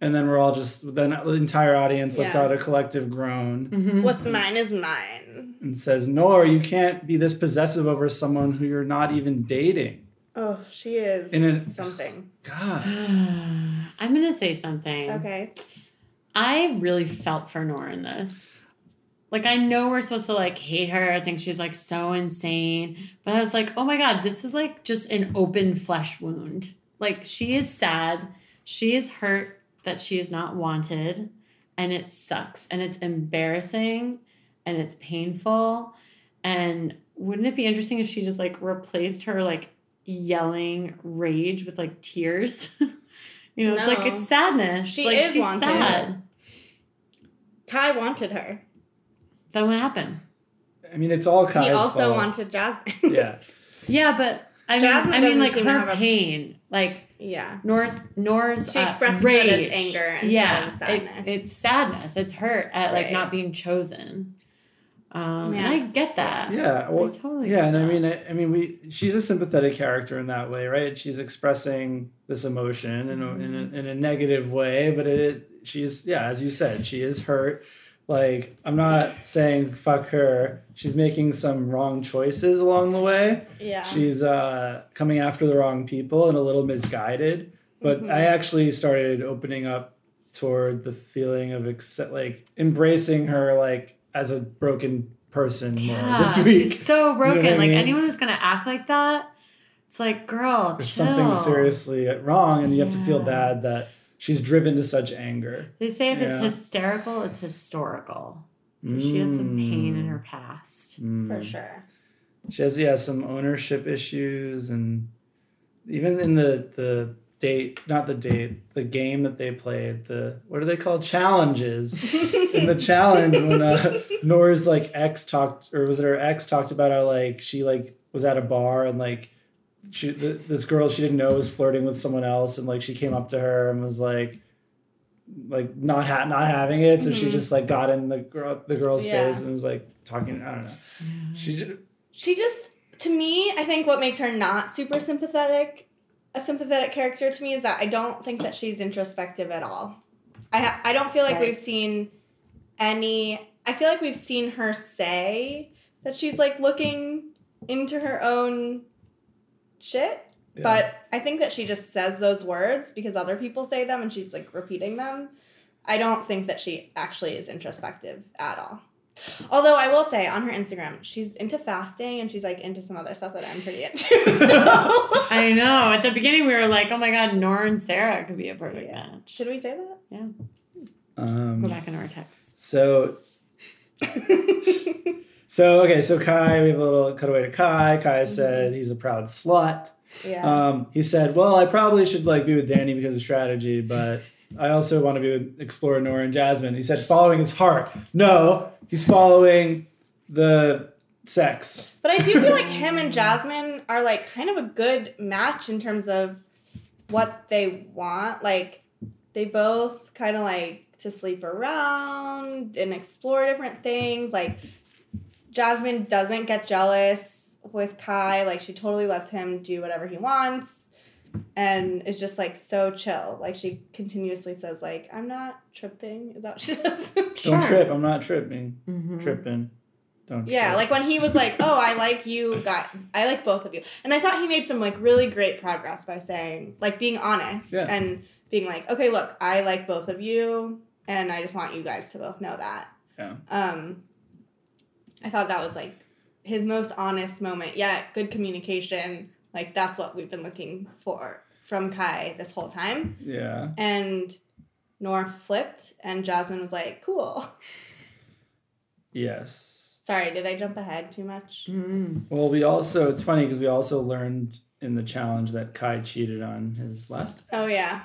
[SPEAKER 4] And then we're all just then the entire audience lets
[SPEAKER 5] Yeah.
[SPEAKER 4] out a collective groan
[SPEAKER 5] What's mine is mine.
[SPEAKER 4] and says, "Nor, you can't be this possessive over someone who you're not even dating."
[SPEAKER 5] Oh, she is
[SPEAKER 4] In an-
[SPEAKER 5] something.
[SPEAKER 4] God,
[SPEAKER 3] I'm gonna say something.
[SPEAKER 5] Okay.
[SPEAKER 3] I really felt for Nora in this. Like I know we're supposed to like hate her. I think she's like so insane. But I was like, oh my god, this is like just an open flesh wound. Like she is sad. She is hurt that she is not wanted. And it sucks. And it's embarrassing and it's painful. And wouldn't it be interesting if she just like replaced her like yelling rage with like tears? you know, it's like
[SPEAKER 5] No.
[SPEAKER 3] it's sadness.
[SPEAKER 5] She
[SPEAKER 3] like
[SPEAKER 5] is
[SPEAKER 3] she's
[SPEAKER 5] wanted.
[SPEAKER 3] sad.
[SPEAKER 5] Kai wanted her.
[SPEAKER 3] Then what happened?
[SPEAKER 4] I mean, it's all Kai's
[SPEAKER 5] he also
[SPEAKER 4] fault.
[SPEAKER 5] wanted Jasmine.
[SPEAKER 4] yeah,
[SPEAKER 3] Yeah, but I mean,
[SPEAKER 5] Jasmine
[SPEAKER 3] I mean,
[SPEAKER 5] doesn't
[SPEAKER 3] like
[SPEAKER 5] seem to have
[SPEAKER 3] her
[SPEAKER 5] a-
[SPEAKER 3] pain, like
[SPEAKER 5] yeah.
[SPEAKER 3] Nor's Nor's
[SPEAKER 5] She
[SPEAKER 3] uh,
[SPEAKER 5] expresses that
[SPEAKER 3] rage.
[SPEAKER 5] as anger instead
[SPEAKER 3] yeah,
[SPEAKER 5] of sadness.
[SPEAKER 3] It, it's sadness. It's hurt at like
[SPEAKER 5] Right.
[SPEAKER 3] not being chosen. Um, and
[SPEAKER 5] Yeah.
[SPEAKER 3] I get that.
[SPEAKER 4] yeah.
[SPEAKER 3] I
[SPEAKER 4] Well,
[SPEAKER 3] totally.
[SPEAKER 4] yeah,
[SPEAKER 3] get
[SPEAKER 4] and I
[SPEAKER 3] that.
[SPEAKER 4] mean, I, I mean, we she's a sympathetic character in that way, right? She's expressing this emotion in a, in, a, in a negative way, but it is she's yeah, as you said, she is hurt. Like I'm not saying fuck her. She's making some wrong choices along the way.
[SPEAKER 5] Yeah.
[SPEAKER 4] She's uh, coming after the wrong people and a little misguided. But
[SPEAKER 5] Mm-hmm.
[SPEAKER 4] I actually started opening up toward the feeling of accept, like embracing her like as a broken person more
[SPEAKER 3] yeah,
[SPEAKER 4] this week.
[SPEAKER 3] she's so broken.
[SPEAKER 4] what I
[SPEAKER 3] like
[SPEAKER 4] mean?
[SPEAKER 3] anyone who's gonna act like that, it's like, girl,
[SPEAKER 4] There's
[SPEAKER 3] chill.
[SPEAKER 4] something seriously wrong, and you have to feel
[SPEAKER 3] Yeah.
[SPEAKER 4] bad that she's driven to such anger.
[SPEAKER 3] They say if
[SPEAKER 4] Yeah.
[SPEAKER 3] it's hysterical, it's historical. So she had some pain
[SPEAKER 4] Mm.
[SPEAKER 3] in her past.
[SPEAKER 5] for sure.
[SPEAKER 4] She has yeah some ownership issues, and even in the the date, not the date, the game that they played, the what are they called challenges? in the challenge, when uh, Nora's like ex talked, or was it her ex talked about how like she like was at a bar and like. She, th- this girl she didn't know was flirting with someone else and like she came up to her and was like like not ha- not having it so she just like got in the girl the girl's
[SPEAKER 5] Mm-hmm. Yeah.
[SPEAKER 4] face and was like talking i don't know she just,
[SPEAKER 5] She just, to me, I think what makes her not super sympathetic, a sympathetic character to me is that I don't think that she's introspective at all. I ha- I don't feel like
[SPEAKER 3] Right.
[SPEAKER 5] we've seen any. I feel like we've seen her say that she's like looking into her own shit.
[SPEAKER 4] Yeah.
[SPEAKER 5] But I think that she just says those words because other people say them and she's like repeating them. I don't think that she actually is introspective at all. Although I will say on her Instagram, she's into fasting and she's like into some other stuff that I'm pretty into. So
[SPEAKER 3] I know. At the beginning, we were like, "Oh my God, Nora and Sarah could be a perfect
[SPEAKER 5] Yeah.
[SPEAKER 3] match."
[SPEAKER 5] should we say that?
[SPEAKER 3] Yeah, go
[SPEAKER 4] um
[SPEAKER 3] back into our text.
[SPEAKER 4] so so okay so kai we have a little cutaway to kai kai said he's a proud slut
[SPEAKER 5] Yeah.
[SPEAKER 4] um he said well i probably should like be with danny because of strategy but i also want to be with explorer nora and jasmine he said following his heart no he's following the sex
[SPEAKER 5] but I do feel like him and Jasmine are like kind of a good match in terms of what they want. Like they both kind of like to sleep around and explore different things. Like Jasmine doesn't get jealous with Kai. Like she totally lets him do whatever he wants and is just like so chill. Like she continuously says, like, I'm not tripping. Is that what she says?
[SPEAKER 4] Don't trip. I'm not tripping.
[SPEAKER 3] Mhm.
[SPEAKER 4] Tripping. Don't
[SPEAKER 5] Yeah,
[SPEAKER 4] trip.
[SPEAKER 5] like when he was like, "Oh, I like you, got I like both of you," and I thought he made some like really great progress by saying, like, being honest
[SPEAKER 4] Yeah.
[SPEAKER 5] and being like, "Okay, look, I like both of you, and I just want you guys to both know that."
[SPEAKER 4] Yeah.
[SPEAKER 5] Um, I thought that was like his most honest moment. Yeah, good communication. Like that's what we've been looking for from Kai this whole time.
[SPEAKER 4] Yeah.
[SPEAKER 5] And Nor flipped, and Jasmine was like, "Cool."
[SPEAKER 4] Yes.
[SPEAKER 5] Sorry, did I jump ahead too much?
[SPEAKER 3] Mm.
[SPEAKER 4] Well, we also, it's funny because we also learned in the challenge that Kai cheated on his last,
[SPEAKER 5] Oh yeah.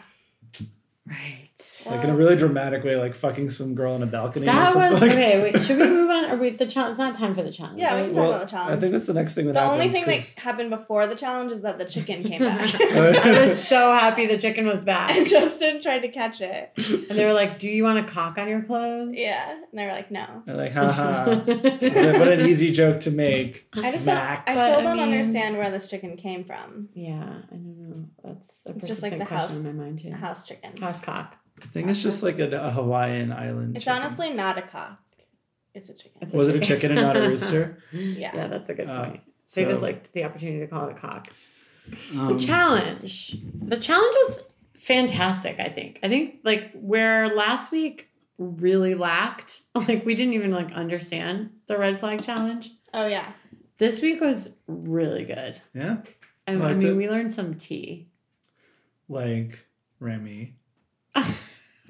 [SPEAKER 3] Right.
[SPEAKER 4] like in a really dramatic way, like fucking some girl on a balcony or
[SPEAKER 3] That
[SPEAKER 4] something.
[SPEAKER 3] was
[SPEAKER 4] like
[SPEAKER 3] okay. Wait, should we move on? Are we the challenge? It's not time for the challenge.
[SPEAKER 5] Yeah, we
[SPEAKER 3] right?
[SPEAKER 5] can talk
[SPEAKER 4] Well,
[SPEAKER 5] about the challenge.
[SPEAKER 4] I think that's the next thing that
[SPEAKER 5] the
[SPEAKER 4] happens.
[SPEAKER 5] only thing
[SPEAKER 4] 'cause-
[SPEAKER 5] that happened before the challenge is that the chicken came back.
[SPEAKER 3] I was so happy the chicken was back,
[SPEAKER 5] and Justin tried to catch it.
[SPEAKER 3] and they were like, "Do you want a cock on your clothes?"
[SPEAKER 5] Yeah. And they were like, no.
[SPEAKER 4] They're like, haha. what an easy joke to make.
[SPEAKER 5] I just
[SPEAKER 4] Max.
[SPEAKER 5] don't, I still
[SPEAKER 3] But, I
[SPEAKER 5] don't
[SPEAKER 3] mean-
[SPEAKER 5] understand where this chicken came from.
[SPEAKER 3] Yeah, I don't know. That's a
[SPEAKER 5] It's
[SPEAKER 3] persistent
[SPEAKER 5] just like the
[SPEAKER 3] question
[SPEAKER 5] house-
[SPEAKER 3] in my mind too.
[SPEAKER 5] A house chicken.
[SPEAKER 3] House cock.
[SPEAKER 4] I think it's just like a, a Hawaiian island.
[SPEAKER 5] It's
[SPEAKER 4] chicken.
[SPEAKER 5] honestly not a cock. It's a chicken.
[SPEAKER 3] It's
[SPEAKER 4] Was it a chicken and not a rooster?
[SPEAKER 5] Yeah.
[SPEAKER 3] yeah, that's a good
[SPEAKER 4] Oh,
[SPEAKER 3] point. They just
[SPEAKER 4] so-
[SPEAKER 3] liked the opportunity to call it a cock.
[SPEAKER 4] Um,
[SPEAKER 3] the challenge. The challenge was fantastic, I think. I think like where last week really lacked, like we didn't even like understand the red flag challenge.
[SPEAKER 5] Oh yeah.
[SPEAKER 3] This week was really good.
[SPEAKER 4] yeah.
[SPEAKER 3] I, I
[SPEAKER 4] Liked
[SPEAKER 3] mean,
[SPEAKER 4] it.
[SPEAKER 3] we learned some tea.
[SPEAKER 4] Like Remy.
[SPEAKER 3] Had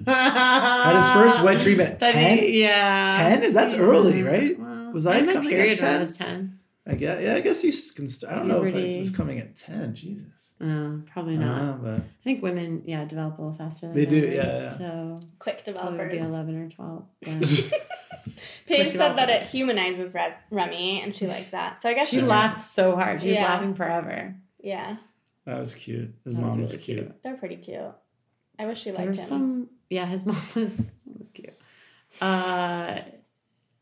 [SPEAKER 4] Had his first wet dream at
[SPEAKER 3] Uh, But he-
[SPEAKER 4] 10?
[SPEAKER 3] yeah.
[SPEAKER 4] 10? Is that's early, right?
[SPEAKER 3] Well,
[SPEAKER 4] Was I
[SPEAKER 3] had my
[SPEAKER 4] coming at
[SPEAKER 3] period when I
[SPEAKER 4] 10?
[SPEAKER 3] was 10?
[SPEAKER 4] I guess, yeah, I guess he's. Can st- I don't know if like,
[SPEAKER 3] Puberty.
[SPEAKER 4] it was coming at 10. Jesus.
[SPEAKER 3] No, Oh, probably
[SPEAKER 4] I
[SPEAKER 3] not.
[SPEAKER 4] don't know, but
[SPEAKER 3] I think women, yeah, develop a little faster. Than
[SPEAKER 4] Uh-huh. They do,
[SPEAKER 3] men,
[SPEAKER 4] yeah, yeah.
[SPEAKER 3] So
[SPEAKER 5] Quick
[SPEAKER 3] probably would be
[SPEAKER 5] developers.
[SPEAKER 3] eleven or twelve. Yeah.
[SPEAKER 5] Paige
[SPEAKER 3] quick
[SPEAKER 5] said that it
[SPEAKER 3] developers.
[SPEAKER 5] humanizes Re- Remy and she liked that. So I guess
[SPEAKER 3] she
[SPEAKER 5] she,
[SPEAKER 3] laughed so hard. She was
[SPEAKER 5] Yeah.
[SPEAKER 3] laughing forever.
[SPEAKER 5] Yeah.
[SPEAKER 4] that was cute. His
[SPEAKER 3] That
[SPEAKER 4] mom
[SPEAKER 3] was
[SPEAKER 4] was,
[SPEAKER 3] really
[SPEAKER 4] cute.
[SPEAKER 3] cute.
[SPEAKER 5] They're pretty cute. I wish she
[SPEAKER 3] There
[SPEAKER 5] liked
[SPEAKER 3] was
[SPEAKER 5] him.
[SPEAKER 3] some, yeah, his mom was his mom was cute. Uh,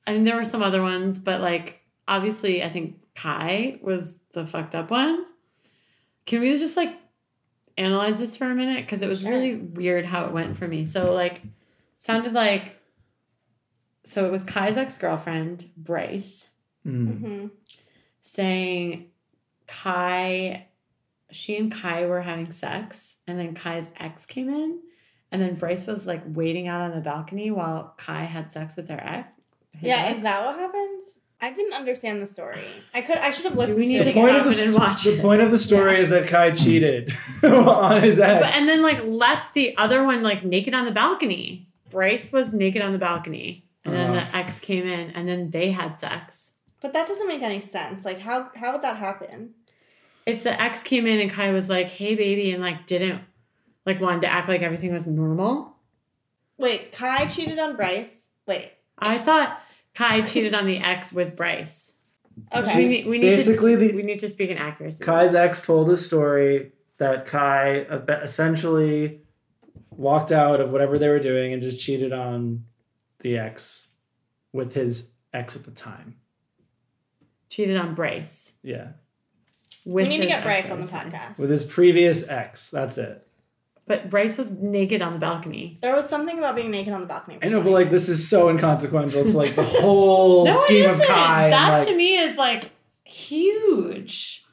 [SPEAKER 3] I mean, there were some other ones, but like obviously, I think Kai was the fucked up one. Can we just like analyze this for a minute? Because it was
[SPEAKER 5] Sure.
[SPEAKER 3] really weird how it went for me. So like, sounded like. So it was Kai's ex girlfriend Bryce.
[SPEAKER 4] Mm.
[SPEAKER 5] hmm
[SPEAKER 3] saying Kai, she and Kai were having sex, and then Kai's ex came in, and then Bryce was like waiting out on the balcony while Kai had sex with their ex. his
[SPEAKER 5] Yeah,
[SPEAKER 3] ex.
[SPEAKER 5] is that what happens? I didn't understand the story. I could I should have
[SPEAKER 3] Do
[SPEAKER 5] listened
[SPEAKER 3] we need
[SPEAKER 5] to
[SPEAKER 3] to
[SPEAKER 5] it.
[SPEAKER 4] The point
[SPEAKER 3] stop
[SPEAKER 4] of the
[SPEAKER 3] it and
[SPEAKER 4] s-
[SPEAKER 3] watch
[SPEAKER 4] The
[SPEAKER 3] it?
[SPEAKER 4] point of the story is that Kai cheated on his ex.
[SPEAKER 3] But, and then like left the other one like naked on the balcony. Bryce was naked on the balcony, and then
[SPEAKER 4] Uh-huh.
[SPEAKER 3] the ex came in, and then they had sex.
[SPEAKER 5] But that doesn't make any sense. Like how how would that happen?
[SPEAKER 3] If the ex came in and Kai was like, "Hey, baby," and like didn't like wanted to act like everything was normal,
[SPEAKER 5] Wait, Kai cheated on Bryce. Wait.
[SPEAKER 3] I thought Kai cheated on the ex with Bryce. We
[SPEAKER 5] Okay.
[SPEAKER 3] need, we need
[SPEAKER 4] Basically,
[SPEAKER 3] to,
[SPEAKER 4] the-
[SPEAKER 3] we need to speak in accuracy.
[SPEAKER 4] Kai's ex told a story that Kai ab- essentially walked out of whatever they were doing and just cheated on the ex with his ex at the time.
[SPEAKER 3] cheated on Bryce.
[SPEAKER 4] Yeah,
[SPEAKER 3] With
[SPEAKER 5] We need to
[SPEAKER 3] his
[SPEAKER 5] get Bryce
[SPEAKER 3] ex,
[SPEAKER 5] on the
[SPEAKER 3] sorry.
[SPEAKER 5] podcast.
[SPEAKER 4] with his previous ex. That's it.
[SPEAKER 3] But Bryce was naked on the balcony.
[SPEAKER 5] there was something about being naked on the balcony.
[SPEAKER 4] I know, but like this is so inconsequential to like the whole scheme of Kai. and,
[SPEAKER 3] That
[SPEAKER 4] like-
[SPEAKER 3] to me is like huge.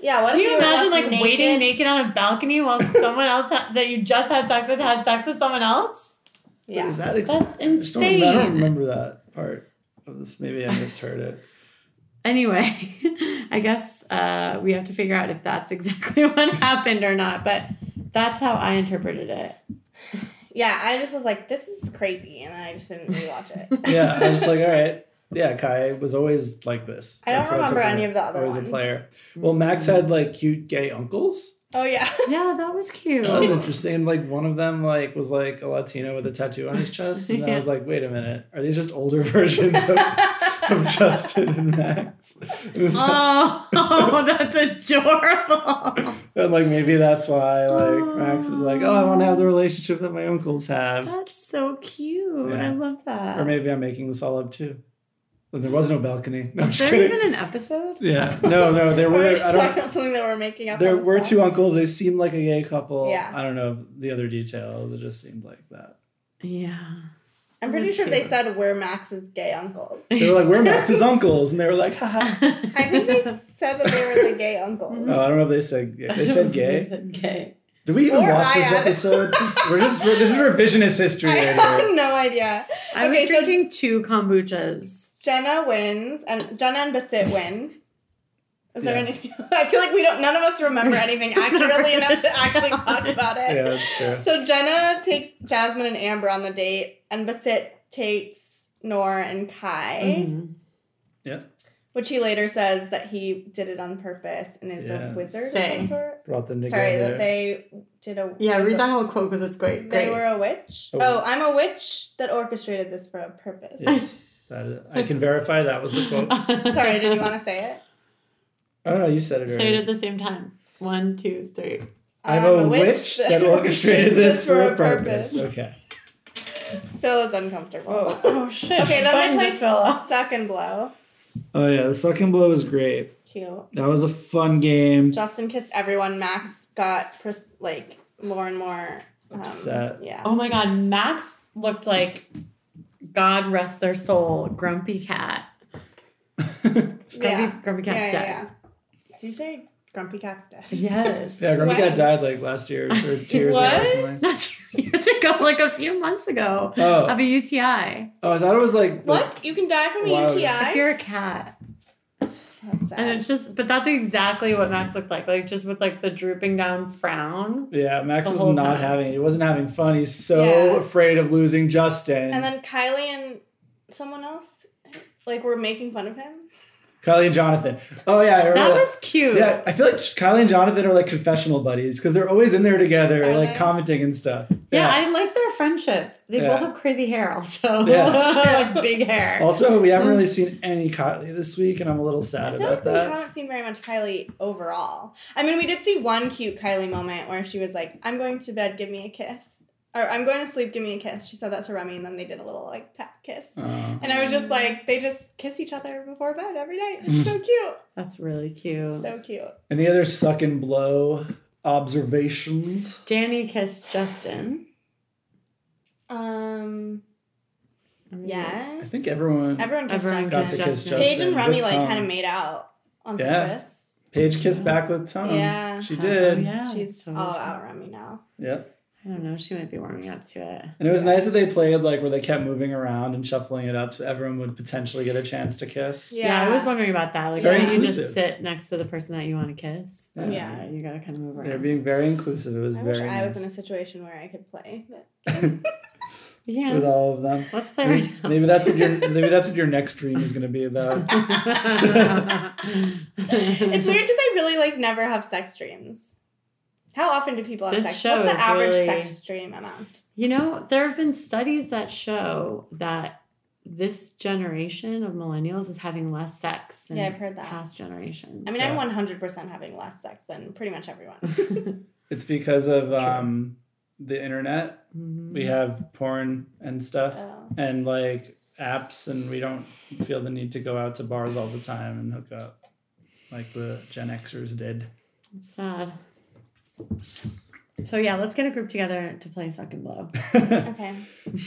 [SPEAKER 5] Yeah, what
[SPEAKER 3] Can
[SPEAKER 5] if
[SPEAKER 3] you
[SPEAKER 5] were
[SPEAKER 3] imagine
[SPEAKER 5] left
[SPEAKER 3] like waiting naked on a balcony while someone else ha- that you just had sex with had sex with someone else?
[SPEAKER 4] What
[SPEAKER 5] Yeah.
[SPEAKER 4] is that ex-
[SPEAKER 3] That's
[SPEAKER 4] I just don't remember- I
[SPEAKER 3] insane.
[SPEAKER 4] don't remember that part of this. Maybe I misheard it.
[SPEAKER 3] Anyway, I guess uh, we have to figure out if that's exactly what happened or not. But that's how I interpreted it.
[SPEAKER 5] Yeah, I just was like, this is crazy, and then I just didn't rewatch it.
[SPEAKER 4] yeah, I was just like, all right. Yeah, Kai was always like this.
[SPEAKER 5] I don't
[SPEAKER 4] why it's a
[SPEAKER 5] remember
[SPEAKER 4] player.
[SPEAKER 5] any of the other
[SPEAKER 4] Always
[SPEAKER 5] ones.
[SPEAKER 4] a player. Well, Max had like cute gay uncles.
[SPEAKER 5] oh yeah.
[SPEAKER 3] Yeah, that was cute.
[SPEAKER 4] That was interesting. Like one of them like was like a Latino with a tattoo on his chest, and I was like, wait a minute, are these just older versions of, of Justin and Max? It was not-
[SPEAKER 3] Oh, that's adorable.
[SPEAKER 4] and like maybe that's why like Max is like, oh, I want to have the relationship that my uncles have.
[SPEAKER 3] That's so cute. I
[SPEAKER 4] Yeah.
[SPEAKER 3] love that.
[SPEAKER 4] Or maybe I'm making this all up too. And there was no balcony. No, I'm
[SPEAKER 3] Is
[SPEAKER 4] just
[SPEAKER 3] there
[SPEAKER 4] kidding.
[SPEAKER 3] even an episode?
[SPEAKER 4] Yeah. No, no, there
[SPEAKER 5] Or
[SPEAKER 4] were.
[SPEAKER 5] it's
[SPEAKER 4] I don't.
[SPEAKER 5] something that we're making up.
[SPEAKER 4] There
[SPEAKER 5] on the
[SPEAKER 4] were
[SPEAKER 5] spot.
[SPEAKER 4] two uncles. They seemed like a gay couple.
[SPEAKER 5] Yeah.
[SPEAKER 4] I don't know the other details. It just seemed like that.
[SPEAKER 3] Yeah.
[SPEAKER 5] I'm pretty
[SPEAKER 3] That's
[SPEAKER 5] sure they
[SPEAKER 3] cute.
[SPEAKER 5] said we're Max's gay uncles.
[SPEAKER 4] They were like, "We're Max's uncles," and they were like, "Haha."
[SPEAKER 5] I think they said that they were the gay uncles.
[SPEAKER 4] Oh, I don't know if they said gay. They
[SPEAKER 3] They
[SPEAKER 4] said gay.
[SPEAKER 3] said gay.
[SPEAKER 4] Did we even
[SPEAKER 5] Or
[SPEAKER 4] watch this
[SPEAKER 5] I-
[SPEAKER 4] episode? we're just we're, this is revisionist history.
[SPEAKER 5] I
[SPEAKER 4] right here.
[SPEAKER 5] have no idea.
[SPEAKER 3] I
[SPEAKER 5] Okay,
[SPEAKER 3] was
[SPEAKER 5] so-
[SPEAKER 3] drinking two kombuchas.
[SPEAKER 5] Jenna wins, and Jenna and Basit win. Is there
[SPEAKER 4] Yes.
[SPEAKER 5] any? I feel like we don't. None of us remember anything accurately enough to actually talk about it.
[SPEAKER 4] Yeah, that's true.
[SPEAKER 5] So Jenna takes Jasmine and Amber on the date, and Basit takes Nor and Kai,
[SPEAKER 4] Mm-hmm.
[SPEAKER 3] Mhm.
[SPEAKER 4] Yeah,
[SPEAKER 5] which he later says that he did it on purpose and is a
[SPEAKER 4] Yes.
[SPEAKER 5] wizard
[SPEAKER 3] Say.
[SPEAKER 5] of some sort.
[SPEAKER 4] brought them together.
[SPEAKER 5] Sorry, that they did a
[SPEAKER 3] Yeah,
[SPEAKER 5] was
[SPEAKER 3] read
[SPEAKER 5] a-
[SPEAKER 3] that whole quote because it's great.
[SPEAKER 5] They
[SPEAKER 3] great.
[SPEAKER 5] were a witch.
[SPEAKER 4] A
[SPEAKER 5] Oh, I'm a witch that orchestrated this for a purpose.
[SPEAKER 4] Yes, that is, I can verify that was the quote.
[SPEAKER 5] Sorry, did you want to say it?
[SPEAKER 4] I don't know. You said it.
[SPEAKER 3] Say it
[SPEAKER 4] already.
[SPEAKER 3] at the same time. One, two, three.
[SPEAKER 4] I'm a witch that orchestrated this for a purpose. Okay.
[SPEAKER 5] Phil is uncomfortable.
[SPEAKER 6] Oh shit.
[SPEAKER 5] Okay,
[SPEAKER 6] Button
[SPEAKER 5] then they
[SPEAKER 6] just fell
[SPEAKER 5] play
[SPEAKER 6] off.
[SPEAKER 5] suck and blow.
[SPEAKER 4] Oh yeah, the second blow was great.
[SPEAKER 5] Cute.
[SPEAKER 4] That was a fun game.
[SPEAKER 5] Justin kissed everyone. Max got pres- like more and more um,
[SPEAKER 4] Upset.
[SPEAKER 5] Yeah.
[SPEAKER 3] Oh my god, Max looked like God rest their soul, grumpy cat. Grumpy,
[SPEAKER 5] Yeah.
[SPEAKER 3] grumpy cat's
[SPEAKER 5] yeah, yeah,
[SPEAKER 3] dead.
[SPEAKER 5] yeah. Did you say grumpy cat's dead?
[SPEAKER 3] Yes.
[SPEAKER 4] yeah, Grumpy
[SPEAKER 5] Sweat.
[SPEAKER 4] Cat died like last year or two years ago or
[SPEAKER 5] What?
[SPEAKER 4] something.
[SPEAKER 3] That's years ago, like a few months ago. Of
[SPEAKER 4] Oh,
[SPEAKER 3] a UTI.
[SPEAKER 4] oh, I thought it was like
[SPEAKER 5] What? You can die from a
[SPEAKER 4] Wow.
[SPEAKER 3] If
[SPEAKER 5] UTI?
[SPEAKER 3] you're a cat.
[SPEAKER 5] That's sad.
[SPEAKER 3] And it's just but that's exactly what Max looked like. Like just with like the drooping down frown.
[SPEAKER 4] Yeah, Max
[SPEAKER 3] The
[SPEAKER 4] was
[SPEAKER 3] whole
[SPEAKER 4] not
[SPEAKER 3] time.
[SPEAKER 4] having it. He wasn't having fun. He's so
[SPEAKER 5] Yeah.
[SPEAKER 4] afraid of losing Justin.
[SPEAKER 5] And then Kylie and someone else, like, were making fun of him.
[SPEAKER 4] Kylie and Jonathan. Oh yeah, I remember
[SPEAKER 3] That was cute.
[SPEAKER 4] Yeah, I feel like Kylie and Jonathan are like confessional buddies because they're always in there together,
[SPEAKER 5] Are
[SPEAKER 4] like
[SPEAKER 5] they?
[SPEAKER 4] commenting and stuff.
[SPEAKER 3] Yeah, I like their friendship. They
[SPEAKER 4] Yeah.
[SPEAKER 3] both have crazy hair also.
[SPEAKER 4] Yeah.
[SPEAKER 3] like big hair.
[SPEAKER 4] also, we haven't really seen any Kylie this week, and I'm a little sad
[SPEAKER 5] Mm. I feel like
[SPEAKER 4] about
[SPEAKER 5] we
[SPEAKER 4] that.
[SPEAKER 5] haven't seen very much Kylie overall. I mean, we did see one cute Kylie moment where she was like, I'm going to bed, give me a kiss. Or I'm going to sleep, give me a kiss. She said that to Remy, and then they did a little like pat kiss.
[SPEAKER 4] Oh.
[SPEAKER 5] And I was just like, they just kiss each other before bed every night. It's so cute.
[SPEAKER 3] That's really cute.
[SPEAKER 5] So cute.
[SPEAKER 4] Any other suck and blow observations?
[SPEAKER 3] Danny kissed Justin.
[SPEAKER 5] Um
[SPEAKER 4] I
[SPEAKER 5] yes.
[SPEAKER 4] think everyone.
[SPEAKER 5] Everyone kissed
[SPEAKER 3] Everyone
[SPEAKER 4] got
[SPEAKER 5] Justin.
[SPEAKER 4] to
[SPEAKER 3] kissed
[SPEAKER 4] kiss
[SPEAKER 3] Justin.
[SPEAKER 4] Justin.
[SPEAKER 5] Paige and Remy
[SPEAKER 4] with
[SPEAKER 5] like
[SPEAKER 4] tongue.
[SPEAKER 5] kind of made out on
[SPEAKER 4] Yeah. Um,
[SPEAKER 5] purpose.
[SPEAKER 4] Paige kissed back with tongue.
[SPEAKER 5] Yeah.
[SPEAKER 4] she
[SPEAKER 3] Oh,
[SPEAKER 4] did.
[SPEAKER 3] yeah.
[SPEAKER 5] She's
[SPEAKER 3] So
[SPEAKER 5] all
[SPEAKER 3] much-
[SPEAKER 5] about Remy now.
[SPEAKER 4] Yep.
[SPEAKER 3] I don't know. She might be warming up to it.
[SPEAKER 4] And it was nice that they played like where they kept moving around and shuffling it up so everyone would potentially get a chance to kiss.
[SPEAKER 5] Yeah.
[SPEAKER 3] Yeah, I was wondering about that. Like,
[SPEAKER 5] It's very
[SPEAKER 3] why don't you
[SPEAKER 4] inclusive.
[SPEAKER 3] just sit next to the person that you want to kiss? But,
[SPEAKER 5] Yeah.
[SPEAKER 3] you gotta kind of move
[SPEAKER 4] They're
[SPEAKER 3] around.
[SPEAKER 4] being very inclusive. It was
[SPEAKER 5] I wish
[SPEAKER 4] very
[SPEAKER 5] I was
[SPEAKER 4] nice
[SPEAKER 5] in a situation where I could play. But
[SPEAKER 3] yeah,
[SPEAKER 4] with all of them.
[SPEAKER 3] let's play
[SPEAKER 4] Maybe,
[SPEAKER 3] right now.
[SPEAKER 4] maybe that's what your maybe that's what your next dream is going to be about.
[SPEAKER 5] it's weird because I really like never have sex dreams. How often do people have
[SPEAKER 3] This
[SPEAKER 5] sex?
[SPEAKER 3] show
[SPEAKER 5] What's the
[SPEAKER 3] is
[SPEAKER 5] average
[SPEAKER 3] really-
[SPEAKER 5] sex dream amount?
[SPEAKER 3] You know, there have been studies that show that this generation of millennials is having less sex than
[SPEAKER 5] Yeah, I've heard that.
[SPEAKER 3] past generations.
[SPEAKER 5] I mean,
[SPEAKER 4] Yeah.
[SPEAKER 5] I'm 100% having less sex than pretty much everyone.
[SPEAKER 4] It's because of um, the internet.
[SPEAKER 3] Mhm.
[SPEAKER 5] Mm-hmm.
[SPEAKER 4] We have porn and stuff
[SPEAKER 5] So,
[SPEAKER 4] and like apps, and we don't feel the need to go out to bars all the time and hook up like the Gen Xers did.
[SPEAKER 3] It's sad. So yeah, let's get a group together to play suck and blow.
[SPEAKER 5] okay.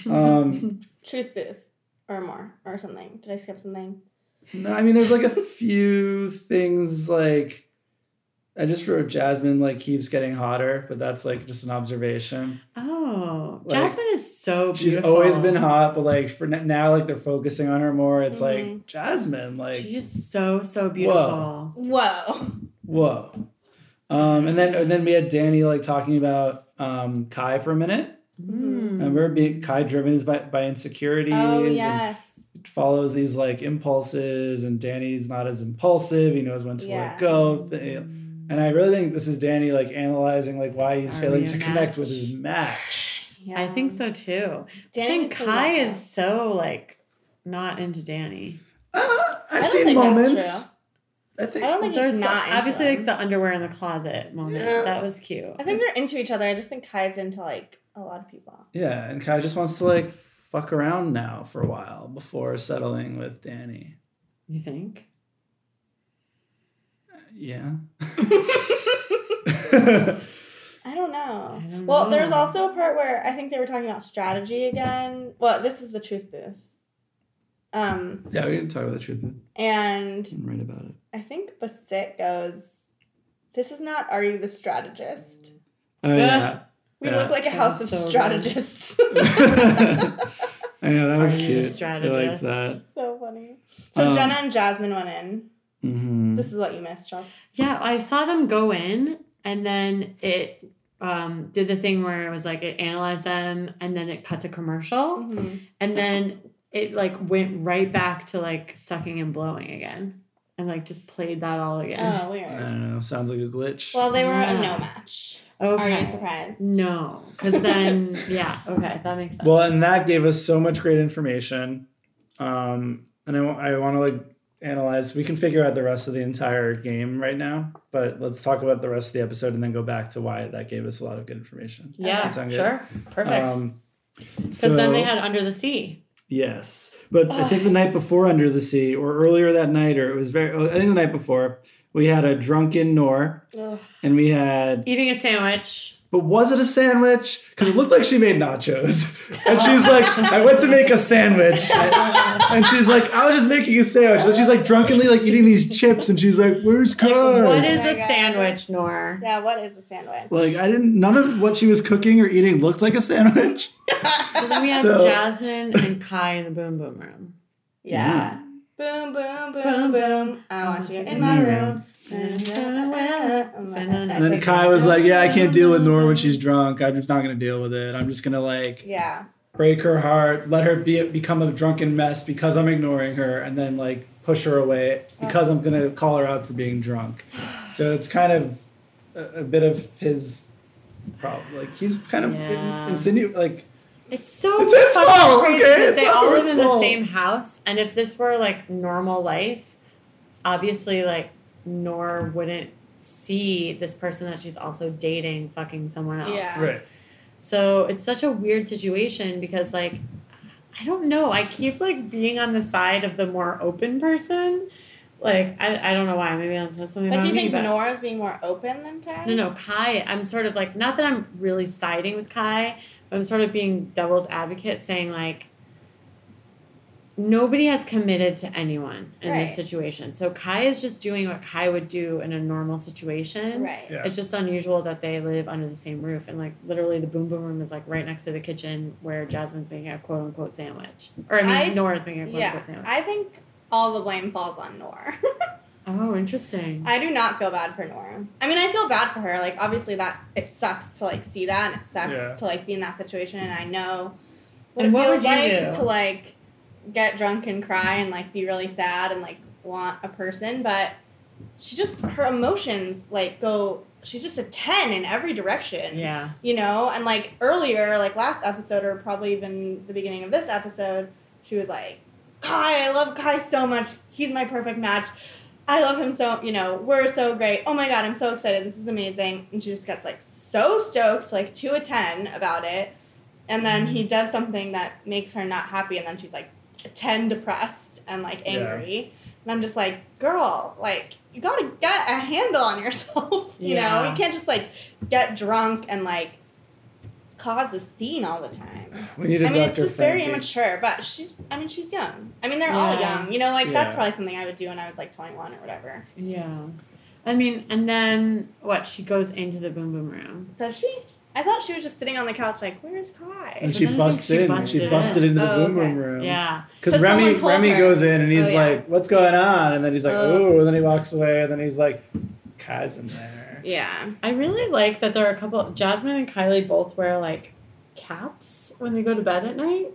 [SPEAKER 4] um,
[SPEAKER 5] Truth booth or more or something. Did I skip something?
[SPEAKER 4] No, I mean, there's like a few things like I just wrote Jasmine like keeps getting hotter, but that's like just an observation.
[SPEAKER 3] Oh,
[SPEAKER 4] Like,
[SPEAKER 3] Jasmine is so beautiful.
[SPEAKER 4] She's always been hot, but like for n- now, like they're focusing on her more. It's like
[SPEAKER 5] Mhm.
[SPEAKER 4] Jasmine, like
[SPEAKER 3] Mm-hmm. she is so so beautiful.
[SPEAKER 5] Whoa. Oh,
[SPEAKER 4] whoa. Um, and then and then we had Danny like talking about um, Kai for a minute.
[SPEAKER 5] Mm-hmm.
[SPEAKER 3] Mm.
[SPEAKER 4] Remember, being Kai driven is by by insecurities.
[SPEAKER 5] Oh,
[SPEAKER 4] and
[SPEAKER 5] yes.
[SPEAKER 4] follows these like impulses and Danny's not as impulsive. He knows when to
[SPEAKER 5] Yeah.
[SPEAKER 4] let go. of thi-
[SPEAKER 3] Mm.
[SPEAKER 4] And I really think this is Danny like analyzing like why he's
[SPEAKER 3] Are
[SPEAKER 4] failing
[SPEAKER 3] we
[SPEAKER 4] to
[SPEAKER 3] a
[SPEAKER 4] connect
[SPEAKER 3] match?
[SPEAKER 4] with his match.
[SPEAKER 5] Yeah.
[SPEAKER 3] I think so too. I
[SPEAKER 5] Danny
[SPEAKER 3] think
[SPEAKER 5] needs to
[SPEAKER 3] Kai
[SPEAKER 5] let go.
[SPEAKER 3] is so like not into Danny.
[SPEAKER 4] Uh, I've
[SPEAKER 5] don't
[SPEAKER 4] seen
[SPEAKER 5] think that's
[SPEAKER 4] moments. I think
[SPEAKER 5] I don't think
[SPEAKER 3] There's
[SPEAKER 5] he's
[SPEAKER 3] the-
[SPEAKER 5] not. into
[SPEAKER 3] obviously
[SPEAKER 5] them.
[SPEAKER 3] like the underwear in the closet moment.
[SPEAKER 4] Yeah.
[SPEAKER 3] That was cute.
[SPEAKER 5] I think they're into each other. I just think Kai's into like a lot of people.
[SPEAKER 4] yeah, and Kai just wants to like fuck around now for a while before settling with Danny.
[SPEAKER 3] You think?
[SPEAKER 4] Yeah.
[SPEAKER 5] I don't know.
[SPEAKER 3] I don't
[SPEAKER 5] well, there's
[SPEAKER 3] know.
[SPEAKER 5] also a part where I think they were talking about strategy again. Well, this is the truth booth. Um,
[SPEAKER 4] yeah, we can talk about the truth. but
[SPEAKER 5] and
[SPEAKER 4] I didn't write about it.
[SPEAKER 5] I think Basit goes, This is not Are You the Strategist?
[SPEAKER 4] Oh yeah.
[SPEAKER 5] Uh, We
[SPEAKER 4] Yeah.
[SPEAKER 5] look like a house of
[SPEAKER 3] That's so good.
[SPEAKER 5] strategists.
[SPEAKER 4] I know that was
[SPEAKER 3] Are you a
[SPEAKER 4] cute. I liked
[SPEAKER 3] strategist?
[SPEAKER 4] that.
[SPEAKER 5] so funny. So
[SPEAKER 4] Um,
[SPEAKER 5] Jenna and Jasmine went in.
[SPEAKER 4] Mhm.
[SPEAKER 5] This is what you missed, Chelsea.
[SPEAKER 3] Yeah, I saw them go in and then it um, did the thing where it was like it analyzed them and then it cut to commercial
[SPEAKER 5] Mhm.
[SPEAKER 3] and then it like went right back to like sucking and blowing again and like just played that all again.
[SPEAKER 5] Oh,
[SPEAKER 4] I
[SPEAKER 5] weird.
[SPEAKER 4] don't know. Sounds like a glitch.
[SPEAKER 5] Well, they were a
[SPEAKER 3] Uh, Yeah.
[SPEAKER 5] no match.
[SPEAKER 3] Oh,
[SPEAKER 5] Are you
[SPEAKER 3] okay.
[SPEAKER 5] surprised?
[SPEAKER 3] No, because then yeah, okay, that makes sense.
[SPEAKER 4] Well, and that gave us so much great information. Um, and I, want to like analyze. We can figure out the rest of the entire game right now, but let's talk about the rest of the episode and then go back to why that gave us a lot of good information.
[SPEAKER 3] yeah,
[SPEAKER 4] That sound good?
[SPEAKER 3] sure, perfect.
[SPEAKER 4] Um,
[SPEAKER 3] Because then they
[SPEAKER 4] so-
[SPEAKER 3] had Under the Sea.
[SPEAKER 4] Yes, but I think the night before Under the Sea, or earlier that night, or it was very. oh, I think the night before, we had a drunken Nor,
[SPEAKER 5] Ugh.
[SPEAKER 4] and we had.
[SPEAKER 3] Eating a sandwich.
[SPEAKER 4] But was it a sandwich? Because it looked like she made nachos, and she's like, "I went to make a sandwich," and she's like, "I was just making a sandwich." And she's like drunkenly like eating these chips, and she's like, "Where's Kai?"
[SPEAKER 3] What is
[SPEAKER 5] my
[SPEAKER 3] a
[SPEAKER 5] God.
[SPEAKER 3] sandwich, Nor?
[SPEAKER 5] Yeah, what is a sandwich?
[SPEAKER 4] like I didn't. None of what she was cooking or eating looked like a sandwich.
[SPEAKER 3] So then we have
[SPEAKER 4] So-
[SPEAKER 3] Jasmine and Kai in the Boom Boom Room.
[SPEAKER 5] Yeah. Boom, boom, boom,
[SPEAKER 3] Boom,
[SPEAKER 5] boom. I want you in my room. Oh
[SPEAKER 4] And then Kai was like, "Yeah, I can't deal with Nor when she's drunk. I'm just not gonna deal with it. I'm just gonna like
[SPEAKER 5] Yeah.
[SPEAKER 4] break her heart, let her be become a drunken mess because I'm ignoring her, and then like push her away because I'm gonna call her out for being drunk. So it's kind of a, a bit of his problem. Like he's kind of
[SPEAKER 3] Yeah.
[SPEAKER 4] in, insinu- like
[SPEAKER 3] It's so
[SPEAKER 4] It's his
[SPEAKER 3] fucking
[SPEAKER 4] fault,
[SPEAKER 3] crazy
[SPEAKER 4] okay?
[SPEAKER 3] 'cause
[SPEAKER 4] It's
[SPEAKER 3] they
[SPEAKER 4] not
[SPEAKER 3] all
[SPEAKER 4] her
[SPEAKER 3] live in the
[SPEAKER 4] fault.
[SPEAKER 3] same house, and if this were like normal life, obviously like Nor wouldn't see this person that she's also dating fucking someone else.
[SPEAKER 5] Yeah.
[SPEAKER 4] right.
[SPEAKER 3] So it's such a weird situation because like I don't know. I keep like being on the side of the more open person. Like I, I don't know why. Maybe that's something
[SPEAKER 5] But
[SPEAKER 3] about
[SPEAKER 5] do you
[SPEAKER 3] me,
[SPEAKER 5] think
[SPEAKER 3] but-
[SPEAKER 5] Nora's being more open than Kai?
[SPEAKER 3] No, no, Kai. I'm sort of like not that I'm really siding with Kai, but I'm sort of being devil's advocate, saying like nobody has committed to anyone in
[SPEAKER 5] Right.
[SPEAKER 3] this situation. So Kai is just doing what Kai would do in a normal situation.
[SPEAKER 5] Right.
[SPEAKER 4] Yeah.
[SPEAKER 3] It's just unusual that they live under the same roof, and like literally, the boom boom room is like right next to the kitchen where Jasmine's making a quote unquote sandwich, or I mean,
[SPEAKER 5] I-
[SPEAKER 3] Nora's making a quote
[SPEAKER 5] Yeah.
[SPEAKER 3] unquote sandwich.
[SPEAKER 5] I think all the blame falls on Nora.
[SPEAKER 3] oh, interesting.
[SPEAKER 5] I do not feel bad for Nora. I mean, I feel bad for her. Like, obviously, that it sucks to like see that, and it sucks
[SPEAKER 4] Yeah.
[SPEAKER 5] to like be in that situation. And I know what
[SPEAKER 3] And
[SPEAKER 5] it
[SPEAKER 3] what would
[SPEAKER 5] feels
[SPEAKER 3] you
[SPEAKER 5] like
[SPEAKER 3] do?
[SPEAKER 5] to like get drunk and cry and like be really sad and like want a person, but she just her emotions like go. She's just a ten in every direction
[SPEAKER 3] yeah,
[SPEAKER 5] you know and like earlier like last episode or probably even the beginning of this episode she was like kai i love kai so much he's my perfect match i love him so you know we're so great oh my god i'm so excited this is amazing and she just gets like so stoked like to a 10 about it and then he does something that makes her not happy and then she's like a 10 depressed and like
[SPEAKER 4] Yeah.
[SPEAKER 5] angry and i'm just like girl like you gotta get a handle on yourself you know
[SPEAKER 3] Yeah.
[SPEAKER 5] you can't just like get drunk and like cause a scene all the time.
[SPEAKER 4] We need a
[SPEAKER 5] I mean, it's
[SPEAKER 4] Dr.
[SPEAKER 5] just very
[SPEAKER 4] Frankie.
[SPEAKER 5] immature, but she's, I mean, she's young. I mean, they're all
[SPEAKER 3] Yeah.
[SPEAKER 5] young. You know, like that's
[SPEAKER 4] Yeah.
[SPEAKER 5] probably something I would do when I was like 21 or whatever.
[SPEAKER 3] yeah. I mean, and then what? She goes into the boom boom room.
[SPEAKER 5] Does she? I thought she was just sitting on the couch, like, where's Kai?
[SPEAKER 4] And she
[SPEAKER 3] But then I think
[SPEAKER 4] busts
[SPEAKER 3] she
[SPEAKER 4] in.
[SPEAKER 3] busted
[SPEAKER 4] she
[SPEAKER 3] in.
[SPEAKER 4] busted into the
[SPEAKER 5] Oh,
[SPEAKER 4] boom
[SPEAKER 5] okay.
[SPEAKER 4] boom room.
[SPEAKER 3] Yeah.
[SPEAKER 4] Because
[SPEAKER 5] So someone
[SPEAKER 4] Remy
[SPEAKER 5] told
[SPEAKER 4] Remy
[SPEAKER 5] her.
[SPEAKER 4] goes in and he's
[SPEAKER 5] Oh, yeah.
[SPEAKER 4] like, "What's going on?" And then he's like,
[SPEAKER 5] Oh.
[SPEAKER 4] "Ooh," and then he walks away. And then he's like, "Kai's in there."
[SPEAKER 5] Yeah.
[SPEAKER 3] I really like that there are a couple Jasmine and Kylie both wear like caps when they go to bed at night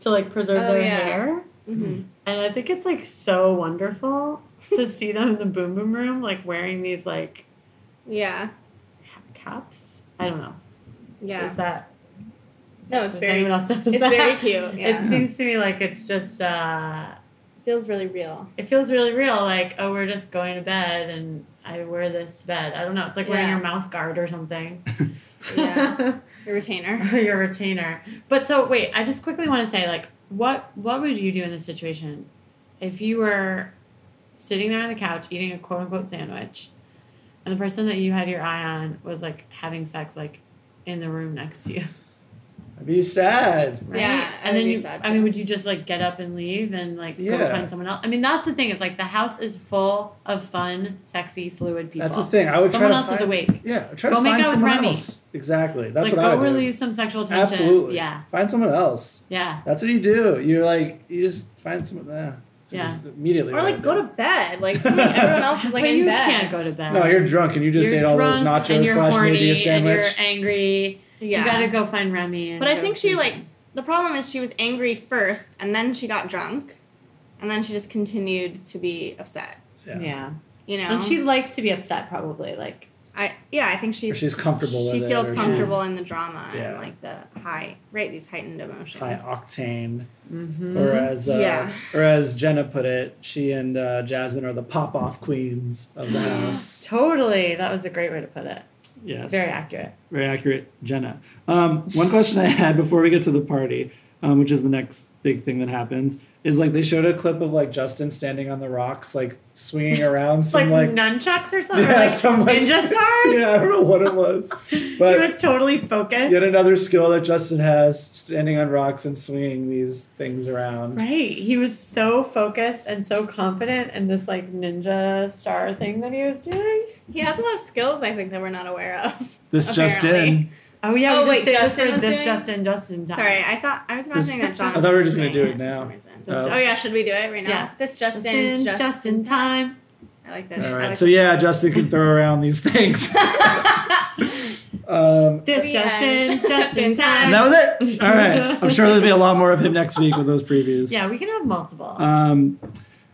[SPEAKER 3] to like preserve
[SPEAKER 5] Oh,
[SPEAKER 3] their
[SPEAKER 5] yeah.
[SPEAKER 3] hair.
[SPEAKER 5] Mm-hmm.
[SPEAKER 3] And I think it's like so wonderful to see them in the boom boom room like wearing these like
[SPEAKER 5] Yeah.
[SPEAKER 3] caps. I don't know.
[SPEAKER 5] Yeah.
[SPEAKER 3] Is that
[SPEAKER 5] No, it's
[SPEAKER 3] does
[SPEAKER 5] very,
[SPEAKER 3] anyone else notice
[SPEAKER 5] it's
[SPEAKER 3] that?
[SPEAKER 5] very cute. Yeah.
[SPEAKER 3] It seems to me like it's just uh
[SPEAKER 5] feels really real.
[SPEAKER 3] it feels really real. Like, oh, we're just going to bed and I wear this to bed. I don't know. It's like wearing
[SPEAKER 5] Yeah.
[SPEAKER 3] your mouth guard or something.
[SPEAKER 5] Yeah. Your retainer.
[SPEAKER 3] or your retainer. But so wait, I just quickly want to say, like, what what would you do in this situation if you were sitting there on the couch eating a quote unquote sandwich and the person that you had your eye on was like having sex like in the room next to you?
[SPEAKER 4] I'd be sad.
[SPEAKER 3] Right?
[SPEAKER 5] Yeah, I
[SPEAKER 3] And
[SPEAKER 5] would
[SPEAKER 3] then
[SPEAKER 5] be
[SPEAKER 3] you
[SPEAKER 5] sad
[SPEAKER 3] I
[SPEAKER 5] too.
[SPEAKER 3] mean, would you just like get up and leave and like go
[SPEAKER 4] Yeah.
[SPEAKER 3] find someone else? I mean, that's the thing. It's like the house is full of fun, sexy, fluid people.
[SPEAKER 4] That's the thing. I would
[SPEAKER 3] Someone
[SPEAKER 4] try to
[SPEAKER 3] else is
[SPEAKER 4] find-
[SPEAKER 3] awake.
[SPEAKER 4] Yeah, try
[SPEAKER 3] Go
[SPEAKER 4] to
[SPEAKER 3] make
[SPEAKER 4] find
[SPEAKER 3] out with
[SPEAKER 4] someone
[SPEAKER 3] Remy.
[SPEAKER 4] else. Exactly. That's
[SPEAKER 3] like
[SPEAKER 4] what I
[SPEAKER 3] go
[SPEAKER 4] would do.
[SPEAKER 3] relieve some sexual tension.
[SPEAKER 4] Absolutely.
[SPEAKER 3] Yeah.
[SPEAKER 4] Find someone else.
[SPEAKER 3] Yeah.
[SPEAKER 4] That's what you do. You're like you just find someone. Uh,
[SPEAKER 3] Yeah.
[SPEAKER 4] Immediately.
[SPEAKER 5] Or
[SPEAKER 4] what
[SPEAKER 5] like
[SPEAKER 4] I'd
[SPEAKER 5] go
[SPEAKER 4] do.
[SPEAKER 5] to bed. Like something everyone else is like
[SPEAKER 3] but
[SPEAKER 5] in
[SPEAKER 3] you
[SPEAKER 5] bed.
[SPEAKER 3] can't go to bed.
[SPEAKER 4] No, you're drunk and you just
[SPEAKER 3] You're
[SPEAKER 4] ate all those
[SPEAKER 3] drunk and
[SPEAKER 4] nachos
[SPEAKER 3] you're
[SPEAKER 4] slash media
[SPEAKER 3] horny and
[SPEAKER 4] sandwich.
[SPEAKER 3] you're angry.
[SPEAKER 5] Yeah.
[SPEAKER 3] You gotta go find Remy. And
[SPEAKER 5] But I
[SPEAKER 3] go
[SPEAKER 5] think
[SPEAKER 3] see
[SPEAKER 5] she like
[SPEAKER 3] him.
[SPEAKER 5] the problem is she was angry first and then she got drunk and then she just continued to be upset.
[SPEAKER 3] yeah.
[SPEAKER 5] You know?
[SPEAKER 3] and she likes to be upset probably. Like
[SPEAKER 5] I yeah, I think she
[SPEAKER 4] Or she's comfortable with
[SPEAKER 5] she
[SPEAKER 4] it,
[SPEAKER 5] feels
[SPEAKER 4] or she-
[SPEAKER 5] comfortable in the drama and
[SPEAKER 4] Yeah.
[SPEAKER 5] like the high right these heightened emotions.
[SPEAKER 4] High octane.
[SPEAKER 3] mhm.
[SPEAKER 4] Or as uh,
[SPEAKER 5] Yeah.
[SPEAKER 4] or as Jenna put it, she and uh, Jasmine are the pop off queens of the house.
[SPEAKER 3] totally. That was a great way to put it.
[SPEAKER 4] yes,
[SPEAKER 3] Very accurate.
[SPEAKER 4] Very accurate, Jenna. Um, one question I had before we get to the party, um, which is the next big thing that happens, is like they showed a clip of like Justin standing on the rocks, like swinging around
[SPEAKER 3] It's like,
[SPEAKER 4] some like,
[SPEAKER 3] nunchucks or something.
[SPEAKER 4] yeah,
[SPEAKER 3] like
[SPEAKER 4] some like
[SPEAKER 3] ninja stars.
[SPEAKER 4] yeah, I don't know what it was,
[SPEAKER 3] He
[SPEAKER 4] but
[SPEAKER 3] was totally focused.
[SPEAKER 4] yet another skill that Justin has: standing on rocks and swinging these things around.
[SPEAKER 3] Right. He was so focused and so confident in this like ninja star thing that he was doing.
[SPEAKER 5] He has a lot of skills I think that we're not aware of.
[SPEAKER 4] This just in.
[SPEAKER 5] Apparently.
[SPEAKER 3] Oh yeah.
[SPEAKER 5] Oh,
[SPEAKER 3] we
[SPEAKER 5] wait,
[SPEAKER 3] did say this
[SPEAKER 5] Justin
[SPEAKER 3] for
[SPEAKER 5] was
[SPEAKER 3] this
[SPEAKER 5] doing-
[SPEAKER 3] Justin Justin time.
[SPEAKER 5] Sorry, I thought I was
[SPEAKER 4] This-
[SPEAKER 5] imagining that John.
[SPEAKER 4] I thought we were just gonna
[SPEAKER 5] was doing
[SPEAKER 4] do it
[SPEAKER 5] it for
[SPEAKER 4] now.
[SPEAKER 5] some reason.
[SPEAKER 4] Oh.
[SPEAKER 5] oh yeah, should we do it right now?
[SPEAKER 3] Yeah.
[SPEAKER 5] This Justin,
[SPEAKER 3] Justin
[SPEAKER 5] just,
[SPEAKER 3] Justin time.
[SPEAKER 5] I like this.
[SPEAKER 4] All
[SPEAKER 5] I
[SPEAKER 4] right.
[SPEAKER 5] like
[SPEAKER 4] so
[SPEAKER 5] this.
[SPEAKER 4] yeah, Justin can throw around these things. um,
[SPEAKER 3] This
[SPEAKER 5] The
[SPEAKER 3] Justin
[SPEAKER 5] end.
[SPEAKER 3] Justin time.
[SPEAKER 4] and that was it. All right. I'm sure there'll be a lot more of him next week with those previews.
[SPEAKER 3] yeah, we can have multiple.
[SPEAKER 4] Um,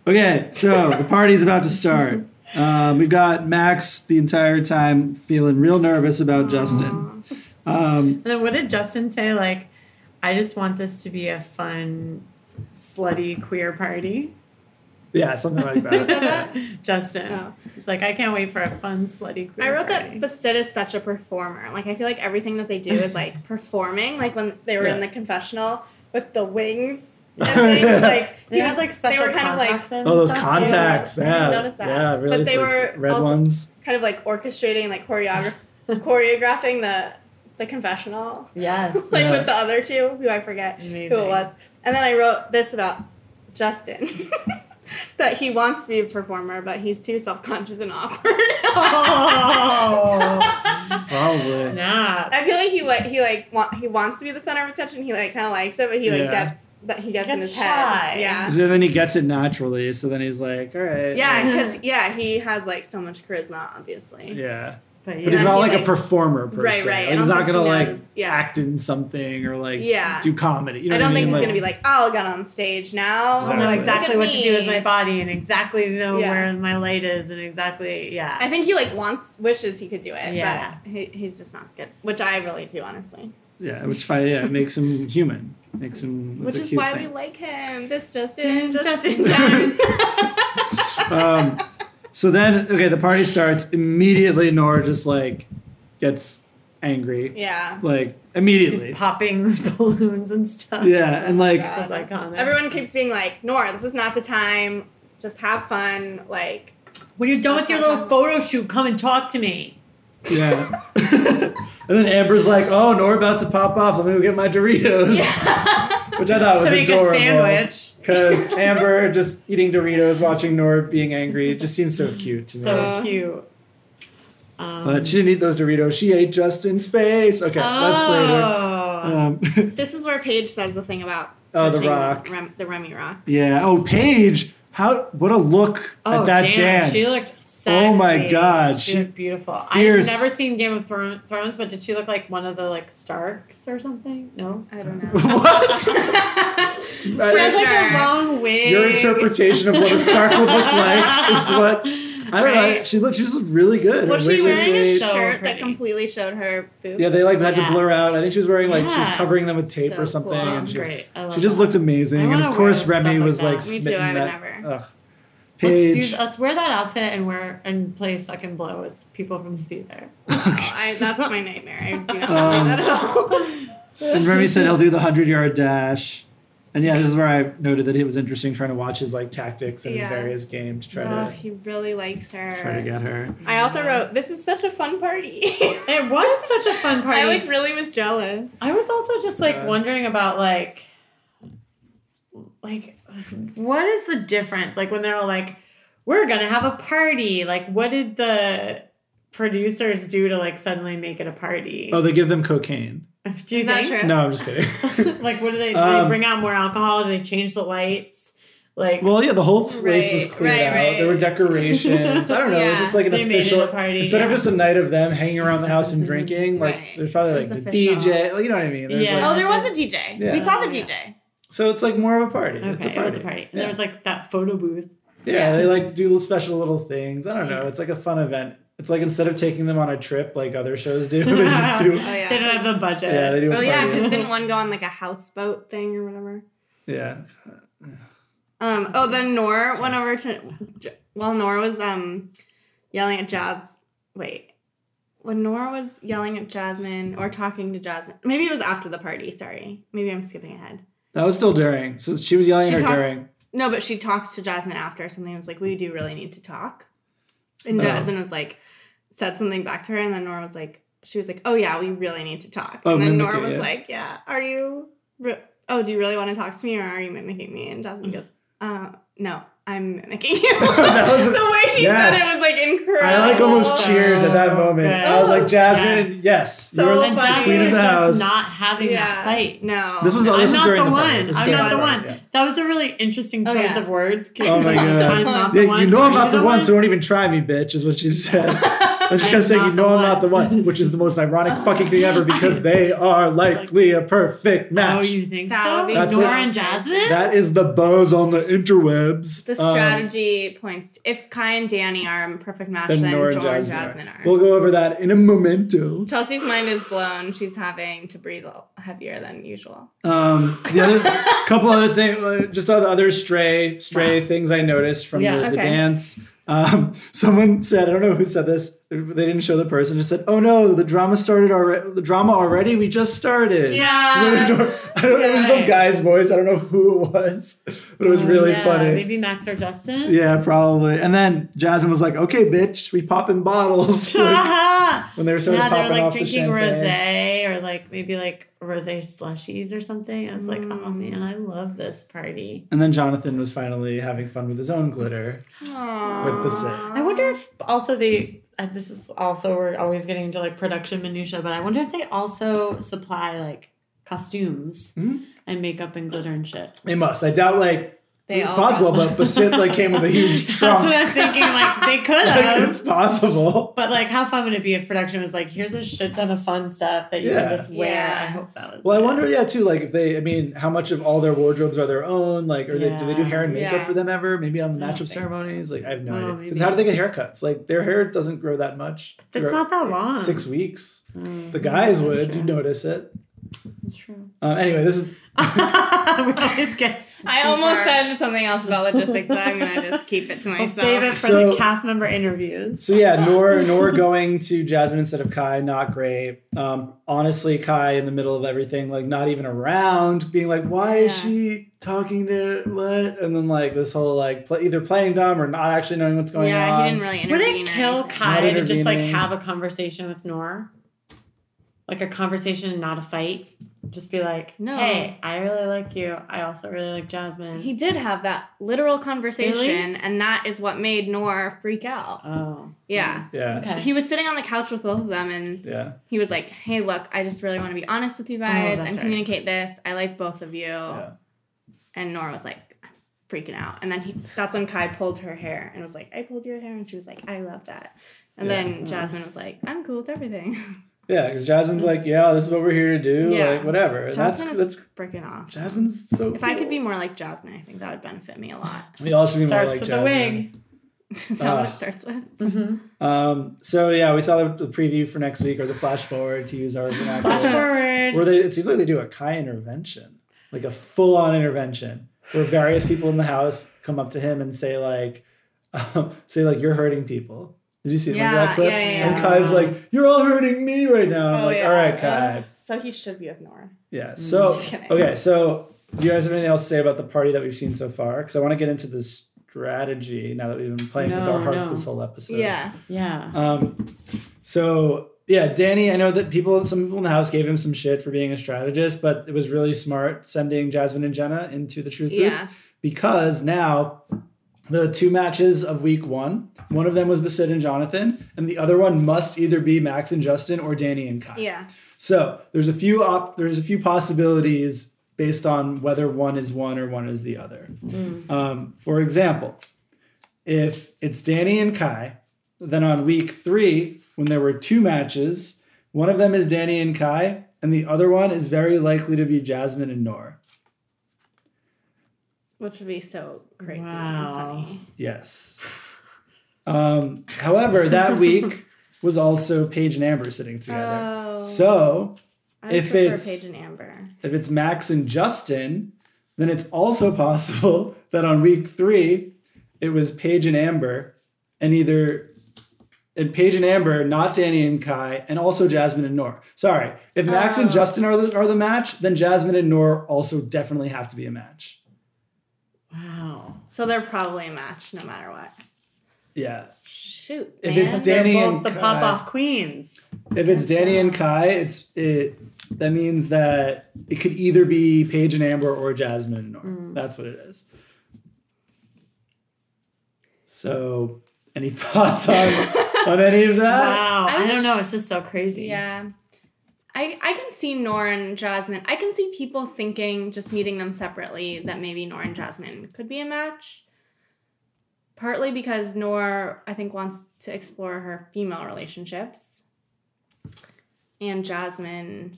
[SPEAKER 4] okay. So the party's about to start. Um, we've got Max the entire time feeling real nervous about Justin. Um,
[SPEAKER 3] and then what did Justin say? Like, I just want this to be a fun, slutty queer party.
[SPEAKER 4] yeah, something like that.
[SPEAKER 3] Justin.
[SPEAKER 5] Oh.
[SPEAKER 3] It's like I can't wait for a fun, slutty queer
[SPEAKER 5] I wrote
[SPEAKER 3] party.
[SPEAKER 5] that Basit is such a performer. Like I feel like everything that they do is like performing. Like when they were in
[SPEAKER 4] Yeah.
[SPEAKER 5] the confessional with the wings and things like
[SPEAKER 3] They
[SPEAKER 5] he
[SPEAKER 3] had,
[SPEAKER 5] was like they were kind of like
[SPEAKER 3] contacts in
[SPEAKER 4] Oh, those
[SPEAKER 3] and stuff,
[SPEAKER 4] contacts.
[SPEAKER 5] I didn't
[SPEAKER 4] Yeah.
[SPEAKER 5] notice that.
[SPEAKER 4] Yeah,
[SPEAKER 5] But
[SPEAKER 4] really.
[SPEAKER 5] they
[SPEAKER 4] like
[SPEAKER 5] were
[SPEAKER 4] red
[SPEAKER 5] also-
[SPEAKER 4] ones.
[SPEAKER 5] kind of like orchestrating like choreograph choreographing the the confessional
[SPEAKER 3] too. Yes.
[SPEAKER 5] like
[SPEAKER 4] Yeah.
[SPEAKER 5] with the other two who I forget who
[SPEAKER 3] Amazing.
[SPEAKER 5] it was. And then I wrote this about Justin. that he wants to be a performer, but he's too self-conscious and awkward.
[SPEAKER 3] Oh.
[SPEAKER 4] Probably.
[SPEAKER 3] Nah.
[SPEAKER 5] I feel like he like he like want, he wants to be the center of attention. He like kind of likes it, but he like
[SPEAKER 4] Yeah.
[SPEAKER 5] gets that he gets in
[SPEAKER 3] gets
[SPEAKER 5] his
[SPEAKER 3] shy.
[SPEAKER 5] head. Yeah,
[SPEAKER 4] So then he gets it naturally. So then he's like, all right.
[SPEAKER 5] yeah, because yeah, he has like so much charisma, obviously.
[SPEAKER 4] Yeah.
[SPEAKER 3] But
[SPEAKER 4] But he's
[SPEAKER 5] Yeah,
[SPEAKER 3] yeah.
[SPEAKER 4] not
[SPEAKER 5] he,
[SPEAKER 4] like, a
[SPEAKER 5] like-
[SPEAKER 4] performer per
[SPEAKER 5] Right,
[SPEAKER 4] se.
[SPEAKER 5] right. I
[SPEAKER 4] Like, he's
[SPEAKER 5] don't
[SPEAKER 4] not
[SPEAKER 5] think he
[SPEAKER 4] gonna like
[SPEAKER 5] knows. Yeah.
[SPEAKER 4] act in something or like
[SPEAKER 5] Yeah.
[SPEAKER 4] do comedy. You know
[SPEAKER 5] I don't
[SPEAKER 4] what I mean?
[SPEAKER 5] think he's
[SPEAKER 4] like,
[SPEAKER 5] gonna be like, oh, I got on stage now.
[SPEAKER 3] I don't know
[SPEAKER 4] Exactly.
[SPEAKER 3] exactly
[SPEAKER 5] Look
[SPEAKER 3] what
[SPEAKER 5] at
[SPEAKER 3] to do with
[SPEAKER 5] me."
[SPEAKER 3] my body and exactly to know
[SPEAKER 5] Yeah.
[SPEAKER 3] where my light is and exactly yeah.
[SPEAKER 5] I think he like wants wishes he could do it,
[SPEAKER 3] Yeah.
[SPEAKER 5] but he, he's just not good. Which I really do, honestly.
[SPEAKER 4] Yeah, which fi- yeah, it makes him human. Makes him
[SPEAKER 5] which
[SPEAKER 4] it's a
[SPEAKER 5] is
[SPEAKER 4] cute
[SPEAKER 5] why
[SPEAKER 4] thing.
[SPEAKER 5] we like him. This Justin,
[SPEAKER 3] Justin,
[SPEAKER 5] Justin,
[SPEAKER 3] Justin.
[SPEAKER 4] um, so then okay, the party starts immediately Nora just like gets angry.
[SPEAKER 5] yeah.
[SPEAKER 4] Like immediately.
[SPEAKER 3] She's popping balloons and stuff.
[SPEAKER 4] yeah, and like
[SPEAKER 5] Yeah.
[SPEAKER 3] It's iconic.
[SPEAKER 5] Everyone keeps being like, Nora, this is not the time. Just have fun. Like,
[SPEAKER 3] when you're done with your little
[SPEAKER 5] That's
[SPEAKER 3] photo shoot, come and talk to me.
[SPEAKER 4] yeah. and then Amber's like, "Oh, Nora about to pop off. Let me go get my Doritos." Which I thought was
[SPEAKER 3] to make
[SPEAKER 4] adorable.
[SPEAKER 3] a sandwich.
[SPEAKER 4] Because Amber just eating Doritos, watching Nora being angry, it just seems so cute to me.
[SPEAKER 3] So
[SPEAKER 5] Yeah.
[SPEAKER 3] cute. Um,
[SPEAKER 4] but she didn't eat those Doritos. She ate Justin's face. Okay, that's later.
[SPEAKER 3] oh.
[SPEAKER 4] Um,
[SPEAKER 5] this is where Paige says the thing about
[SPEAKER 4] Oh, the
[SPEAKER 5] touching
[SPEAKER 4] rock.
[SPEAKER 5] Rem- the Remy Rock.
[SPEAKER 4] yeah. Oh, Paige. How? What a look
[SPEAKER 3] Oh,
[SPEAKER 4] at that
[SPEAKER 3] damn.
[SPEAKER 4] dance.
[SPEAKER 3] She looked sexy.
[SPEAKER 4] Oh my God,
[SPEAKER 3] She,
[SPEAKER 4] she-
[SPEAKER 3] looked beautiful.
[SPEAKER 4] fierce.
[SPEAKER 3] I've never seen Game of Thro- Thrones, but did she look like one of the like Starks or something? No.
[SPEAKER 5] I don't know.
[SPEAKER 4] what?
[SPEAKER 3] She had like
[SPEAKER 5] Sure.
[SPEAKER 3] a long wig.
[SPEAKER 4] Your interpretation of what a Stark would look like is what I don't know.
[SPEAKER 3] Right.
[SPEAKER 4] She looked. She was really good.
[SPEAKER 3] Was
[SPEAKER 4] Her
[SPEAKER 3] she
[SPEAKER 4] really
[SPEAKER 3] wearing a
[SPEAKER 4] great-
[SPEAKER 3] So
[SPEAKER 5] shirt that
[SPEAKER 3] pretty.
[SPEAKER 5] completely showed her boobs.
[SPEAKER 4] Yeah, they like had
[SPEAKER 3] Yeah.
[SPEAKER 4] to blur out. I think she was wearing like she was
[SPEAKER 3] Yeah.
[SPEAKER 4] covering them with tape
[SPEAKER 5] So
[SPEAKER 4] or something.
[SPEAKER 5] cool.
[SPEAKER 4] and
[SPEAKER 3] That's
[SPEAKER 4] she,
[SPEAKER 3] great. I love
[SPEAKER 4] she just
[SPEAKER 3] that.
[SPEAKER 4] looked
[SPEAKER 3] I
[SPEAKER 4] amazing, and
[SPEAKER 3] wanna
[SPEAKER 4] of course
[SPEAKER 3] wear
[SPEAKER 4] Remy
[SPEAKER 3] stuff
[SPEAKER 4] was
[SPEAKER 3] like
[SPEAKER 4] like
[SPEAKER 3] that.
[SPEAKER 5] Me too,
[SPEAKER 4] smitten.
[SPEAKER 5] I would
[SPEAKER 4] that,
[SPEAKER 5] never.
[SPEAKER 4] Ugh.
[SPEAKER 3] Let's, do,
[SPEAKER 4] Paige.
[SPEAKER 3] let's wear that outfit and wear and play suck and blow with people from the theater.
[SPEAKER 5] I, that's my nightmare. I do not
[SPEAKER 4] Um,
[SPEAKER 5] like that at all.
[SPEAKER 4] and Remy said he'll do the hundred yard dash. And yeah, this is where I noted that it was interesting trying to watch his like tactics in his
[SPEAKER 5] Yeah.
[SPEAKER 4] various game to try
[SPEAKER 5] Oh,
[SPEAKER 4] to
[SPEAKER 5] he really likes her.
[SPEAKER 4] try to get her.
[SPEAKER 5] I also wrote, "This is such a fun party."
[SPEAKER 3] It was such a fun party.
[SPEAKER 5] I like really was jealous.
[SPEAKER 3] I was also just like
[SPEAKER 4] Yeah.
[SPEAKER 3] wondering about like like what is the difference? Like when they're all like, we're gonna have a party. Like what did the producers do to like suddenly make it a party?
[SPEAKER 4] Oh, they give them cocaine.
[SPEAKER 3] do you
[SPEAKER 5] Is that
[SPEAKER 3] think?
[SPEAKER 5] true?
[SPEAKER 4] No, I'm just kidding.
[SPEAKER 3] like what do they do? they
[SPEAKER 4] Um,
[SPEAKER 3] bring out more alcohol? Do they change the lights? Like
[SPEAKER 4] well, yeah, the whole place was
[SPEAKER 5] Right,
[SPEAKER 4] cleared
[SPEAKER 5] right,
[SPEAKER 4] out.
[SPEAKER 5] right.
[SPEAKER 4] There were decorations. I don't know. It was
[SPEAKER 5] Yeah.
[SPEAKER 4] just like an
[SPEAKER 3] They made it
[SPEAKER 4] official
[SPEAKER 3] a party,
[SPEAKER 4] Instead of
[SPEAKER 3] yeah. Mm-hmm.
[SPEAKER 4] just a night of them hanging around the house and drinking, like
[SPEAKER 5] Right.
[SPEAKER 4] there's probably like
[SPEAKER 5] It's
[SPEAKER 4] the
[SPEAKER 5] official.
[SPEAKER 4] DJ. Like, you know what I mean? There's,
[SPEAKER 3] Yeah.
[SPEAKER 4] like-
[SPEAKER 5] Oh, there was a DJ. We
[SPEAKER 4] Yeah.
[SPEAKER 5] saw the DJ.
[SPEAKER 4] so it's like more of a party. it's a
[SPEAKER 3] okay,
[SPEAKER 4] party.
[SPEAKER 3] it was a party. And
[SPEAKER 4] Yeah.
[SPEAKER 3] there was like that photo booth.
[SPEAKER 4] Yeah,
[SPEAKER 5] Yeah.
[SPEAKER 4] they like do little special little things. I don't know. It's like a fun event. It's like instead of taking them on a trip like other shows do, they just do.
[SPEAKER 5] Oh yeah.
[SPEAKER 3] They don't have the budget.
[SPEAKER 4] Yeah, they do a
[SPEAKER 5] Oh yeah,
[SPEAKER 4] party.
[SPEAKER 5] because didn't one go on like a houseboat thing or whatever?
[SPEAKER 4] Yeah.
[SPEAKER 5] Um. Oh, then Nor went over to. J- Well, Nor was um, yelling at Jazz. Wait, when Nor was yelling at Jasmine or talking to Jasmine, maybe it was after the party. Sorry, maybe I'm skipping ahead.
[SPEAKER 4] That was still during. So she was yelling
[SPEAKER 5] She
[SPEAKER 4] at her
[SPEAKER 5] talks-
[SPEAKER 4] during.
[SPEAKER 5] No, but she talks to Jasmine after something. Was like, we do really need to talk. And
[SPEAKER 4] Oh.
[SPEAKER 5] Jasmine was like, said something back to her, and then Nora was like, she was like, oh yeah, we really need to talk.
[SPEAKER 4] Oh,
[SPEAKER 5] and then
[SPEAKER 4] mimic
[SPEAKER 5] Nora
[SPEAKER 4] it,
[SPEAKER 5] was
[SPEAKER 4] yeah.
[SPEAKER 5] like, yeah, are you? Re- oh, do you really want to talk to me, or are you mimicking me? And Jasmine goes, uh, no, I'm mimicking you.
[SPEAKER 4] Mm. That was-
[SPEAKER 5] the way she said
[SPEAKER 4] yes.
[SPEAKER 5] it was like incredible.
[SPEAKER 4] I like almost
[SPEAKER 3] Oh,
[SPEAKER 4] cheered at that moment. I was
[SPEAKER 5] Oh,
[SPEAKER 4] like, Jasmine,
[SPEAKER 3] yes.
[SPEAKER 4] yes,
[SPEAKER 5] So
[SPEAKER 4] you're
[SPEAKER 3] and
[SPEAKER 5] funny.
[SPEAKER 4] the queen
[SPEAKER 3] Jasmine
[SPEAKER 4] of
[SPEAKER 3] was
[SPEAKER 4] the house.
[SPEAKER 3] just not having
[SPEAKER 5] Yeah.
[SPEAKER 3] that fight.
[SPEAKER 5] No.
[SPEAKER 4] This was- So
[SPEAKER 3] I'm not
[SPEAKER 4] during
[SPEAKER 3] the
[SPEAKER 4] the party.
[SPEAKER 3] one.
[SPEAKER 4] This is
[SPEAKER 3] I'm not
[SPEAKER 5] during
[SPEAKER 3] the
[SPEAKER 5] the
[SPEAKER 3] one.
[SPEAKER 4] party, yeah.
[SPEAKER 3] That was a really interesting
[SPEAKER 5] Oh,
[SPEAKER 3] choice
[SPEAKER 5] yeah.
[SPEAKER 3] of words.
[SPEAKER 4] Oh my
[SPEAKER 3] I'm
[SPEAKER 4] God.
[SPEAKER 3] not the
[SPEAKER 4] Yeah,
[SPEAKER 3] one.
[SPEAKER 4] you know I'm
[SPEAKER 3] Are
[SPEAKER 4] not
[SPEAKER 3] the
[SPEAKER 4] the one, so
[SPEAKER 3] one?
[SPEAKER 4] don't even try me, bitch, is what she said. And she
[SPEAKER 3] I'm
[SPEAKER 4] kept saying,
[SPEAKER 3] not
[SPEAKER 4] you
[SPEAKER 3] the
[SPEAKER 4] know I'm
[SPEAKER 3] one."
[SPEAKER 4] not the one, which is the most ironic fucking thing ever because they are likely a perfect match.
[SPEAKER 3] Oh, you think
[SPEAKER 5] That
[SPEAKER 3] so?
[SPEAKER 5] would be
[SPEAKER 4] That's
[SPEAKER 3] Nora
[SPEAKER 4] what-
[SPEAKER 3] and Jasmine?
[SPEAKER 4] That is the buzz on the interwebs.
[SPEAKER 5] the
[SPEAKER 4] Um,
[SPEAKER 5] strategy points. If Kai and Danny are a perfect match, then,
[SPEAKER 4] than Nora
[SPEAKER 5] Nora
[SPEAKER 4] and
[SPEAKER 5] and
[SPEAKER 4] Jasmine,
[SPEAKER 5] Jasmine
[SPEAKER 4] are.
[SPEAKER 5] are.
[SPEAKER 4] We'll go over that in a momento.
[SPEAKER 5] Chelsea's mind is blown. She's having to breathe a- heavier than usual.
[SPEAKER 4] Um, the other couple other things, just all the other stray stray things I noticed from
[SPEAKER 3] Yeah.
[SPEAKER 4] the, the
[SPEAKER 5] Okay.
[SPEAKER 4] dance. Um, someone said, I don't know who said this. They didn't show the person. Just said, "Oh no, the drama started already. The drama already. We just started." I
[SPEAKER 5] Yeah.
[SPEAKER 4] don't, know. It was some guy's voice. I don't know who it was, but it was
[SPEAKER 3] Oh,
[SPEAKER 4] really
[SPEAKER 3] yeah.
[SPEAKER 4] funny.
[SPEAKER 3] Maybe Max or Justin?
[SPEAKER 4] Yeah, probably. And then Jasmine was like, "Okay, bitch, we popping bottles." Like,
[SPEAKER 3] yeah,
[SPEAKER 4] when they were
[SPEAKER 3] they
[SPEAKER 4] sort
[SPEAKER 3] were
[SPEAKER 4] of popping
[SPEAKER 3] like
[SPEAKER 4] off the
[SPEAKER 3] drinking
[SPEAKER 4] champagne.
[SPEAKER 3] rosé or like maybe like rosé slushies or something. I was like, oh man, I love this party.
[SPEAKER 4] And then Jonathan was finally having fun with his own glitter with the set.
[SPEAKER 3] I wonder if also they. Uh, this is also we're always getting into like production minutia, but I wonder if they also supply like costumes
[SPEAKER 4] Mhm.
[SPEAKER 3] and makeup and glitter and shit.
[SPEAKER 4] They must. I doubt like
[SPEAKER 5] They
[SPEAKER 4] it's
[SPEAKER 5] all
[SPEAKER 4] possible, but Basit like came with a huge trunk.
[SPEAKER 3] That's what I'm thinking. Like they could
[SPEAKER 4] like,
[SPEAKER 3] have.
[SPEAKER 4] it's possible.
[SPEAKER 3] But like, how fun would it be if production was like, "Here's a shit ton of fun stuff that you
[SPEAKER 4] Yeah.
[SPEAKER 3] can just wear."
[SPEAKER 5] Yeah.
[SPEAKER 3] I hope that was.
[SPEAKER 4] Well, I
[SPEAKER 3] it.
[SPEAKER 4] wonder, yeah, too. Like, if they, I mean, how much of all their wardrobes are their own? Like, or they, do they do
[SPEAKER 3] Yeah.
[SPEAKER 4] hair and makeup
[SPEAKER 5] Yeah.
[SPEAKER 4] for them ever? Maybe on the
[SPEAKER 3] I don't
[SPEAKER 4] matchup
[SPEAKER 3] think so.
[SPEAKER 4] ceremonies? Like, I have no
[SPEAKER 3] Oh,
[SPEAKER 4] idea.
[SPEAKER 3] maybe.
[SPEAKER 4] Because how do they get haircuts? Like, their hair doesn't grow that much.
[SPEAKER 3] That's
[SPEAKER 4] Grow-
[SPEAKER 3] not that long.
[SPEAKER 4] Six weeks.
[SPEAKER 3] Mm,
[SPEAKER 4] The guys
[SPEAKER 3] that's
[SPEAKER 4] would.
[SPEAKER 3] true.
[SPEAKER 4] You notice it.
[SPEAKER 3] That's true.
[SPEAKER 4] Um, anyway, this is
[SPEAKER 3] we always get.
[SPEAKER 5] I almost said something else about logistics, but I'm gonna just keep it to
[SPEAKER 3] We'll
[SPEAKER 5] myself.
[SPEAKER 3] save it for the
[SPEAKER 4] So-
[SPEAKER 3] cast member interviews.
[SPEAKER 4] so yeah. Nor Nor going to Jasmine instead of Kai. Not great. Um, honestly, Kai in the middle of everything, like not even around, being like, why is
[SPEAKER 5] Yeah.
[SPEAKER 4] she talking to what? And then like this whole like pl- either playing dumb or not actually knowing what's going
[SPEAKER 5] Oh, yeah,
[SPEAKER 4] on.
[SPEAKER 5] he didn't really
[SPEAKER 3] Would
[SPEAKER 5] intervene.
[SPEAKER 3] it
[SPEAKER 5] or
[SPEAKER 3] kill
[SPEAKER 5] anything.
[SPEAKER 3] Kai
[SPEAKER 4] Not
[SPEAKER 3] to just like
[SPEAKER 4] intervening.
[SPEAKER 3] have a conversation with Nor? Like a conversation and not a fight? Just be like,
[SPEAKER 5] No.
[SPEAKER 3] hey, I really like you. I also really like Jasmine.
[SPEAKER 5] He did have that literal conversation, and that is what made Nor freak out.
[SPEAKER 3] oh.
[SPEAKER 5] Yeah.
[SPEAKER 4] yeah.
[SPEAKER 3] Okay.
[SPEAKER 5] He was sitting on the couch with both of them, and
[SPEAKER 4] Yeah.
[SPEAKER 5] he was like, "Hey, look, I just really want to be honest with you
[SPEAKER 3] Oh,
[SPEAKER 5] guys
[SPEAKER 3] that's
[SPEAKER 5] and
[SPEAKER 3] right.
[SPEAKER 5] communicate this. I like both of you."
[SPEAKER 4] Yeah.
[SPEAKER 5] And Nora was like freaking out. And then he, that's when Kai pulled her hair and was like, I pulled your hair. And she was like, I love that. And
[SPEAKER 4] Yeah. Mm.
[SPEAKER 5] then Jasmine was like, I'm cool with everything.
[SPEAKER 4] Yeah, because Jasmine's like, yeah, this is what we're here to do,
[SPEAKER 5] Yeah.
[SPEAKER 4] like whatever. And that's
[SPEAKER 5] Jasmine is
[SPEAKER 4] that's
[SPEAKER 5] freaking awesome.
[SPEAKER 4] Jasmine's so.
[SPEAKER 5] If I could be
[SPEAKER 4] cool.
[SPEAKER 5] more like Jasmine, I think that would benefit me a lot.
[SPEAKER 4] we all should be more
[SPEAKER 3] Starts
[SPEAKER 4] like
[SPEAKER 3] with
[SPEAKER 4] Jasmine.
[SPEAKER 3] a wig.
[SPEAKER 5] Is that what
[SPEAKER 4] Ah.
[SPEAKER 5] it starts with?
[SPEAKER 3] hmm
[SPEAKER 4] Um, so yeah, we saw the, the preview for next week or the flash forward to use our vernacular.
[SPEAKER 3] Flash forward.
[SPEAKER 4] where they it seems like they do a Kai intervention, like a full on intervention, where various people in the house come up to him and say like, um, say like you're hurting people. Did you see like,
[SPEAKER 5] Yeah,
[SPEAKER 4] that clip?
[SPEAKER 5] yeah, yeah, Oh,
[SPEAKER 4] And
[SPEAKER 5] yeah.
[SPEAKER 4] Kai's like, you're all hurting me right now. And I'm like, all right, Kai.
[SPEAKER 5] Uh, so he should be with Nora.
[SPEAKER 4] yeah. So
[SPEAKER 5] just kidding.
[SPEAKER 4] okay. So do you guys have anything else to say about the party that we've seen so far? Because I want to get into the strategy now that we've been playing with
[SPEAKER 3] No,
[SPEAKER 4] our hearts
[SPEAKER 3] no.
[SPEAKER 4] this whole episode.
[SPEAKER 5] Yeah.
[SPEAKER 3] yeah.
[SPEAKER 4] Um, so yeah, Danny, I know that people, some people in the house gave him some shit for being a strategist, but it was really smart sending Jasmine and Jenna into the truth booth
[SPEAKER 5] Yeah.
[SPEAKER 4] because now the two matches of week one, one of them was Basid and Jonathan, and the other one must either be Max and Justin or Danny and Kai.
[SPEAKER 5] Yeah.
[SPEAKER 4] So there's a few op- there's a few possibilities based on whether one is one or one is the other. Um, for example, if it's Danny and Kai, then on week three, when there were two matches, one of them is Danny and Kai, and the other one is very likely to be Jasmine and Nor.
[SPEAKER 5] Which would be so crazy
[SPEAKER 3] Wow.
[SPEAKER 5] and funny.
[SPEAKER 4] Yes. Um, however, that week was also Paige and Amber sitting together.
[SPEAKER 5] Oh,
[SPEAKER 4] So
[SPEAKER 5] I
[SPEAKER 4] if
[SPEAKER 5] prefer
[SPEAKER 4] it's-
[SPEAKER 5] Paige and Amber.
[SPEAKER 4] If it's Max and Justin, then it's also possible that on week three, it was Paige and Amber, and either and Paige and Amber, not Danny and Kai, and also Jasmine and Nor. Sorry, if Max and
[SPEAKER 5] Oh.
[SPEAKER 4] Justin are the, are the match, then Jasmine and Nor also definitely have to be a match.
[SPEAKER 3] Wow.
[SPEAKER 5] So they're probably a match no matter what.
[SPEAKER 4] Yeah.
[SPEAKER 3] Shoot.
[SPEAKER 4] If
[SPEAKER 3] man.
[SPEAKER 4] it's Danny
[SPEAKER 3] They're both
[SPEAKER 4] and
[SPEAKER 3] the
[SPEAKER 4] Kai-
[SPEAKER 3] pop off queens.
[SPEAKER 4] If it's Danny and Kai, it's it. That means that it could either be Paige and Amber or Jasmine and Nor. That's what it is. So, any thoughts on on any of that?
[SPEAKER 3] Wow. I,
[SPEAKER 5] I'm
[SPEAKER 3] don't
[SPEAKER 5] sh-
[SPEAKER 3] know. It's just so crazy.
[SPEAKER 5] Yeah. I, I can see Nor and Jasmine. I can see people thinking, just meeting them separately, that maybe Nor and Jasmine could be a match. Partly because Nor, I think, wants to explore her female relationships. And Jasmine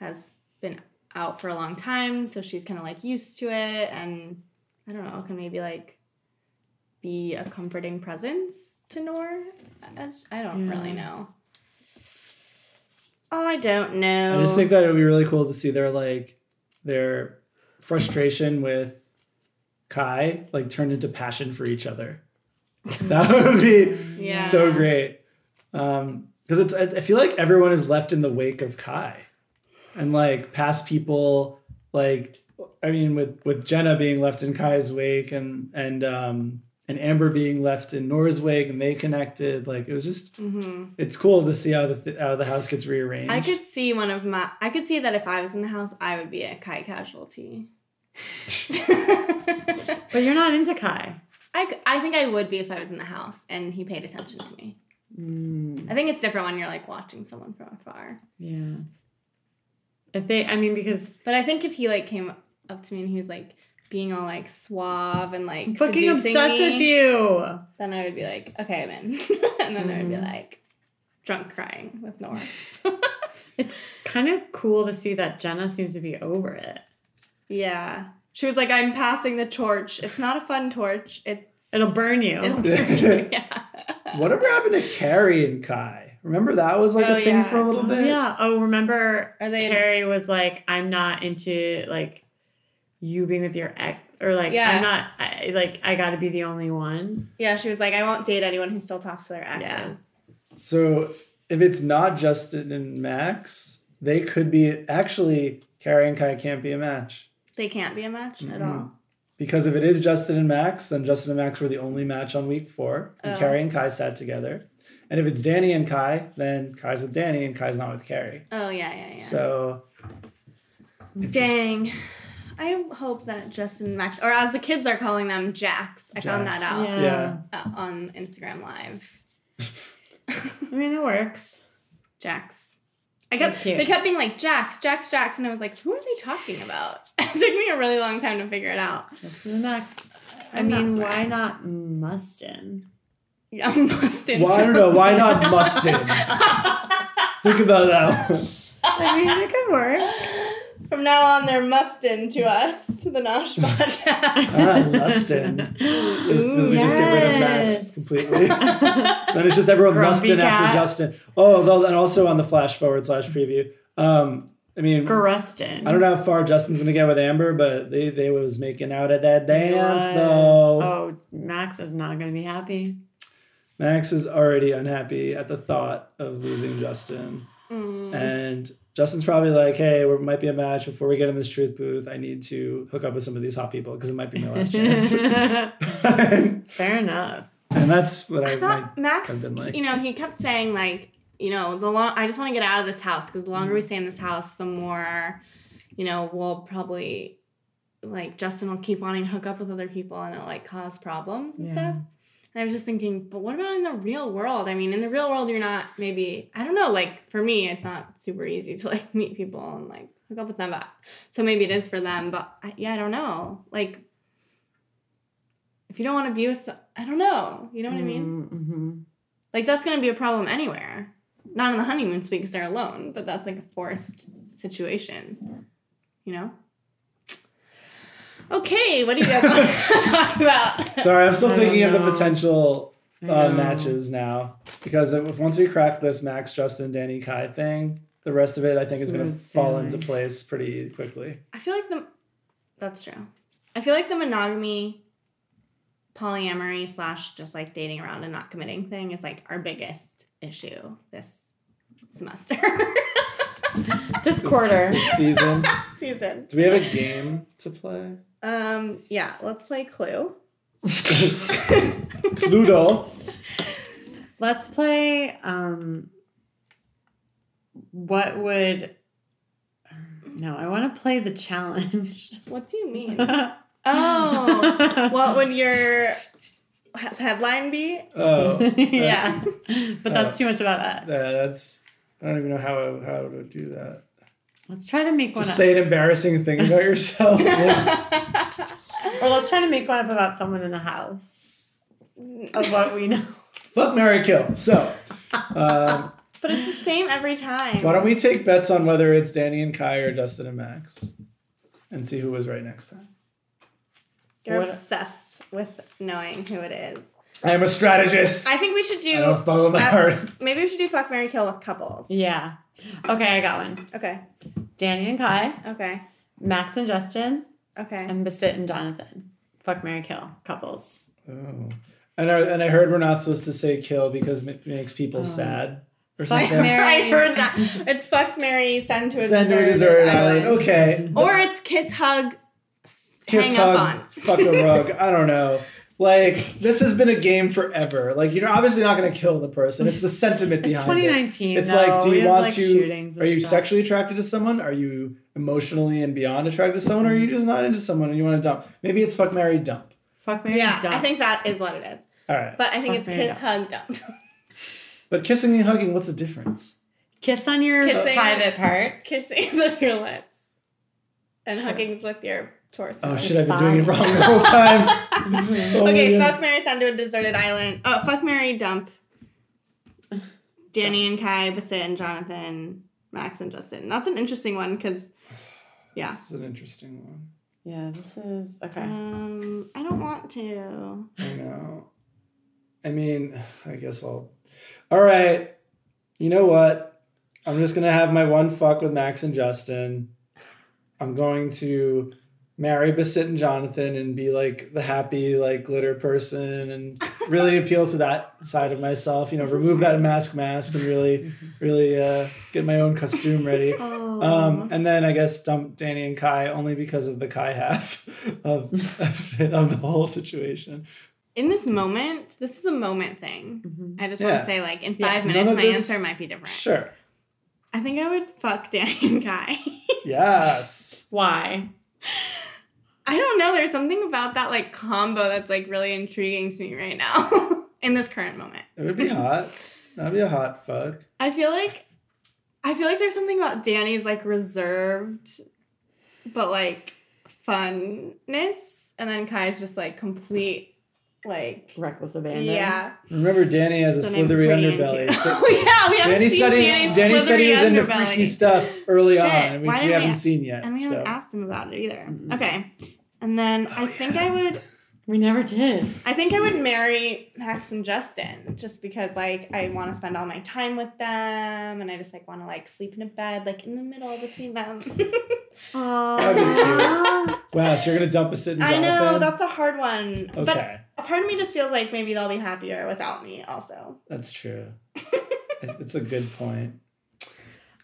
[SPEAKER 5] has been out for a long time, so she's kind of like used to it. And I don't know, can maybe like be a comforting presence to Nor? As, I don't
[SPEAKER 3] Yeah.
[SPEAKER 5] really know. I don't know.
[SPEAKER 4] I just think that it would be really cool to see their like their frustration with Kai like turned into passion for each other. That would be
[SPEAKER 5] yeah.
[SPEAKER 4] so great. Um, because it's I, I feel like everyone is left in the wake of Kai, and like past people, like I mean, with with Jenna being left in Kai's wake, and and um and Amber being left in Nora's wake, and they connected. Like it was just,
[SPEAKER 5] hmm
[SPEAKER 4] it's cool to see how the th- how the house gets rearranged.
[SPEAKER 5] I could see one of my. I could see that if I was in the house, I would be a Kai casualty. I,
[SPEAKER 3] But you're not into Kai.
[SPEAKER 5] c- I think I would be if I was in the house and he paid attention to me.
[SPEAKER 4] Mm.
[SPEAKER 5] I think it's different when you're like watching someone from afar.
[SPEAKER 3] Yeah. If they, I mean, because
[SPEAKER 5] But I think if he like came up to me and he was like being all like suave and like
[SPEAKER 3] fucking
[SPEAKER 5] seducing
[SPEAKER 3] obsessed
[SPEAKER 5] me,
[SPEAKER 3] with you.
[SPEAKER 5] then I would be like, okay, I'm in. and then I would be
[SPEAKER 4] Mm-hmm.
[SPEAKER 5] like drunk crying with Nora.
[SPEAKER 3] It's kind of cool to see that Jenna seems to be over it.
[SPEAKER 5] Yeah. She was like, I'm passing the torch. It's not a fun torch. It's
[SPEAKER 3] It'll burn you.
[SPEAKER 5] it'll burn you. Yeah.
[SPEAKER 4] Whatever happened to Carrie and Kai? Remember that was like
[SPEAKER 5] Oh,
[SPEAKER 4] a thing
[SPEAKER 5] yeah.
[SPEAKER 4] for a little
[SPEAKER 3] Oh,
[SPEAKER 4] bit.
[SPEAKER 3] Yeah. Oh, remember
[SPEAKER 5] Are they-
[SPEAKER 3] Carrie was like, I'm not into like you being with your ex or like
[SPEAKER 5] Yeah.
[SPEAKER 3] I'm not I, like I gotta be the only one.
[SPEAKER 5] Yeah, she was like, I won't date anyone who still talks to their exes.
[SPEAKER 3] Yeah.
[SPEAKER 4] So if it's not Justin and Max, they could be actually Carrie and Kai can't be a match
[SPEAKER 5] They can't be a match at
[SPEAKER 4] Mm-hmm.
[SPEAKER 5] all.
[SPEAKER 4] because if it is Justin and Max, then Justin and Max were the only match on week four, and
[SPEAKER 5] Oh.
[SPEAKER 4] Carrie and Kai sat together. And if it's Danny and Kai, then Kai's with Danny and Kai's not with Carrie.
[SPEAKER 5] Oh yeah, yeah, yeah.
[SPEAKER 4] So
[SPEAKER 5] Dang. I hope that Justin and Max, or as the kids are calling them, Jax. I found that
[SPEAKER 4] Jax.
[SPEAKER 5] out
[SPEAKER 4] yeah,
[SPEAKER 5] uh, on Instagram Live.
[SPEAKER 3] I mean it works.
[SPEAKER 5] Jax. I kept
[SPEAKER 3] That's cute.
[SPEAKER 5] they kept being like Jax, Jax, Jax, and I was like, who are they talking about? It took me a really long time to figure it out.
[SPEAKER 3] Justin and Max. I
[SPEAKER 5] I'm not
[SPEAKER 3] mean,
[SPEAKER 5] smart.
[SPEAKER 3] why not Mustin?
[SPEAKER 5] Yeah, I'm most into
[SPEAKER 4] Well, I don't know why not Mustin. Think about that. one.
[SPEAKER 3] I mean, it could work.
[SPEAKER 5] From now on, they're mustin to us, the Nosh podcast.
[SPEAKER 4] Ah, Lustin. Because we just get rid of Max
[SPEAKER 3] Yes.
[SPEAKER 4] completely. then it's just everyone
[SPEAKER 3] Grumpy
[SPEAKER 4] Lustin
[SPEAKER 3] cat.
[SPEAKER 4] after Justin. Oh, though, and also on the flash forward slash preview. Um, I mean,
[SPEAKER 3] Grustin.
[SPEAKER 4] I don't know how far Justin's gonna get with Amber, but they they was making out at that
[SPEAKER 3] He
[SPEAKER 4] dance
[SPEAKER 3] was.
[SPEAKER 4] though.
[SPEAKER 3] Oh, Max is not going to be happy.
[SPEAKER 4] Max is already unhappy at the thought of losing Justin. Mm.
[SPEAKER 3] Mm-hmm.
[SPEAKER 4] And Justin's probably like, hey, we might be a match before we get in this truth booth. I need to hook up with some of these hot people because it might be my last chance. and
[SPEAKER 3] Fair enough.
[SPEAKER 4] that's what I,
[SPEAKER 5] I
[SPEAKER 4] might
[SPEAKER 5] thought Max,
[SPEAKER 4] have been like.
[SPEAKER 5] you know, he kept saying like, you know, the long. I just want to get out of this house because the longer
[SPEAKER 4] Mm-hmm.
[SPEAKER 5] we stay in this house, the more, you know, we'll probably, like, Justin will keep wanting to hook up with other people and it'll like cause problems and
[SPEAKER 3] Yeah.
[SPEAKER 5] stuff. And I was just thinking, but what about in the real world? I mean, in the real world, you're not maybe I don't know. Like for me, it's not super easy to like meet people and like hook up with them. But so maybe it is for them. But I, yeah, I don't know. Like if you don't want to be with, some, I don't know. You know what I mean?
[SPEAKER 3] Mm,
[SPEAKER 5] Like that's gonna be a problem anywhere. Not in the honeymoon suite because they're alone, but that's like a forced situation. You know? Okay, what do you guys want to talk about?
[SPEAKER 4] Sorry, I'm still
[SPEAKER 3] I
[SPEAKER 4] thinking
[SPEAKER 3] don't
[SPEAKER 4] of the
[SPEAKER 3] know.
[SPEAKER 4] potential
[SPEAKER 3] mhm. I
[SPEAKER 4] uh,
[SPEAKER 3] know.
[SPEAKER 4] matches now because if, once we crack this Max, Justin, Danny, Kai thing, the rest of it I think is going to
[SPEAKER 3] Smooth
[SPEAKER 4] fall
[SPEAKER 3] sailing.
[SPEAKER 4] into place pretty quickly.
[SPEAKER 5] I feel like the that's true. I feel like the monogamy, polyamory slash just like dating around and not committing thing is like our biggest issue this semester
[SPEAKER 3] This
[SPEAKER 4] This-
[SPEAKER 3] quarter.
[SPEAKER 4] this season.
[SPEAKER 5] season.
[SPEAKER 4] Do we have a game to play?
[SPEAKER 5] Um, yeah, let's play Clue.
[SPEAKER 4] Pluto.
[SPEAKER 3] Let's play. Um, what would? No, I want to play the challenge.
[SPEAKER 5] What do you mean?
[SPEAKER 3] oh,
[SPEAKER 5] Oh, what would your he- headline be?
[SPEAKER 4] Oh,
[SPEAKER 3] yeah, but that's too much about
[SPEAKER 4] uh,
[SPEAKER 3] us.
[SPEAKER 4] that's. I don't even know how I, how to do that.
[SPEAKER 3] let's try to make one
[SPEAKER 4] Just
[SPEAKER 3] up,
[SPEAKER 4] say an embarrassing thing about yourself.
[SPEAKER 3] or let's try to make one up about someone in the house of what we know.
[SPEAKER 4] Fuck Mary Kill. So, um,
[SPEAKER 5] But it's the same every time.
[SPEAKER 4] why don't we take bets on whether it's Danny and Kai or Justin and Max, and see who was right next time.
[SPEAKER 5] You're
[SPEAKER 3] What-
[SPEAKER 5] obsessed with knowing who it is.
[SPEAKER 4] I am a strategist. I,
[SPEAKER 5] I think we should do.
[SPEAKER 4] don't follow my
[SPEAKER 5] uh,
[SPEAKER 4] heart.
[SPEAKER 5] Maybe we should do fuck Mary Kill with couples.
[SPEAKER 3] Yeah. Okay, I got one.
[SPEAKER 5] Okay.
[SPEAKER 3] Danny and Kai,
[SPEAKER 5] Okay.
[SPEAKER 3] Max and Justin,
[SPEAKER 5] Okay.
[SPEAKER 3] and Basit and Jonathan. Fuck Mary Kill couples.
[SPEAKER 4] Oh. And, I, and I heard we're not supposed to say kill because it makes people sad or
[SPEAKER 3] Oh. Fuck
[SPEAKER 4] something.
[SPEAKER 3] Mary-
[SPEAKER 5] I heard that. It's fuck Mary, send to a
[SPEAKER 4] Send to a
[SPEAKER 5] deserted
[SPEAKER 4] deserted
[SPEAKER 5] island.
[SPEAKER 4] island. Okay.
[SPEAKER 5] Or it's kiss hug,
[SPEAKER 4] kiss
[SPEAKER 5] hang
[SPEAKER 4] hug,
[SPEAKER 5] up on.
[SPEAKER 4] fuck a rug. I don't know. Like this has been a game forever. Like you're obviously not going to kill the person. It's the sentiment
[SPEAKER 3] It's
[SPEAKER 4] behind it.
[SPEAKER 3] 2019.
[SPEAKER 4] It's
[SPEAKER 3] though.
[SPEAKER 4] like, do
[SPEAKER 3] We
[SPEAKER 4] you
[SPEAKER 3] have,
[SPEAKER 4] want
[SPEAKER 3] like, shootings
[SPEAKER 4] to?
[SPEAKER 3] and
[SPEAKER 4] Are you
[SPEAKER 3] stuff.
[SPEAKER 4] sexually attracted to someone? Are you emotionally and beyond attracted to someone? Or are
[SPEAKER 3] Mm-hmm.
[SPEAKER 4] you just not into someone and you want to dump? Maybe it's fuck, marry, dump.
[SPEAKER 3] Fuck Mary
[SPEAKER 5] Yeah,
[SPEAKER 3] dump.
[SPEAKER 5] I think that is what it is.
[SPEAKER 4] All right, but,
[SPEAKER 5] But I think
[SPEAKER 3] Fuck
[SPEAKER 5] it's
[SPEAKER 3] Mary
[SPEAKER 5] kiss hug dump.
[SPEAKER 4] kissing and hugging, what's the difference?
[SPEAKER 3] kiss on your
[SPEAKER 5] Kissing-
[SPEAKER 3] private parts.
[SPEAKER 5] Kissing is with your lips, and hugging's with your torso.
[SPEAKER 4] Oh shit, I've been doing it wrong the whole time. Oh my
[SPEAKER 5] okay,
[SPEAKER 4] God.
[SPEAKER 5] fuck Mary send to a deserted island. Oh, fuck Mary dump. Danny and Kai, Basit and Jonathan, Max and Justin. That's an interesting one because, yeah.
[SPEAKER 4] This is an interesting one.
[SPEAKER 3] Yeah, this is okay.
[SPEAKER 5] Um, I don't want to.
[SPEAKER 4] I know. I mean, I guess I'll. All right. You know what? I'm just gonna have my one fuck with Max and Justin. I'm going to marry Basit and Jonathan and be like the happy, like glitter person, and really appeal to that side of myself. You know, remove that mask, mask, and really, really uh, get my own costume ready.
[SPEAKER 5] Oh.
[SPEAKER 4] Um, and then I guess dump Danny and Kai only because of the Kai half of of, of the whole situation.
[SPEAKER 5] In this moment, this is a moment thing.
[SPEAKER 3] Mm-hmm.
[SPEAKER 5] I just want
[SPEAKER 4] Yeah.
[SPEAKER 5] to say, like, in
[SPEAKER 3] Yeah.
[SPEAKER 5] five
[SPEAKER 4] None
[SPEAKER 5] minutes,
[SPEAKER 4] of
[SPEAKER 5] my
[SPEAKER 4] this-
[SPEAKER 5] answer might be different.
[SPEAKER 4] Sure.
[SPEAKER 5] I think I would fuck Danny and Kai.
[SPEAKER 4] Yes.
[SPEAKER 3] Why?
[SPEAKER 5] I don't know. There's something about that like combo that's like really intriguing to me right now in this current moment.
[SPEAKER 4] It would be hot. That'd be a hot fuck.
[SPEAKER 5] I feel like I feel like there's something about Danny's like reserved but like funness and then Kai's just like complete like
[SPEAKER 3] reckless abandon.
[SPEAKER 5] yeah.
[SPEAKER 4] Remember, Danny has a
[SPEAKER 3] Then I'm
[SPEAKER 4] slithery
[SPEAKER 3] pretty
[SPEAKER 4] underbelly.
[SPEAKER 3] into-
[SPEAKER 5] yeah, we haven't
[SPEAKER 4] Danny
[SPEAKER 5] seen
[SPEAKER 4] said he, Danny
[SPEAKER 5] Danny's
[SPEAKER 4] said he was
[SPEAKER 5] slithery
[SPEAKER 4] into
[SPEAKER 5] underbelly.
[SPEAKER 4] freaky stuff early
[SPEAKER 5] Shit,
[SPEAKER 4] on, and we,
[SPEAKER 5] why
[SPEAKER 4] we
[SPEAKER 5] didn't we-
[SPEAKER 4] haven't seen yet.
[SPEAKER 5] And we
[SPEAKER 4] so.
[SPEAKER 5] haven't asked him about it either.
[SPEAKER 3] Mm-mm.
[SPEAKER 5] Okay. And then I think I would
[SPEAKER 3] We never did.
[SPEAKER 5] I think I would marry Max and Justin just because like I want to spend all my time with them and I just like want to like sleep in a bed like in the middle between them.
[SPEAKER 4] That'd Wow, so you're gonna dump a sit and
[SPEAKER 5] I know
[SPEAKER 4] Jonathan?
[SPEAKER 5] that's a hard one.
[SPEAKER 4] okay,
[SPEAKER 5] But a part of me just feels like maybe they'll be happier without me also.
[SPEAKER 4] that's true. it's a good point.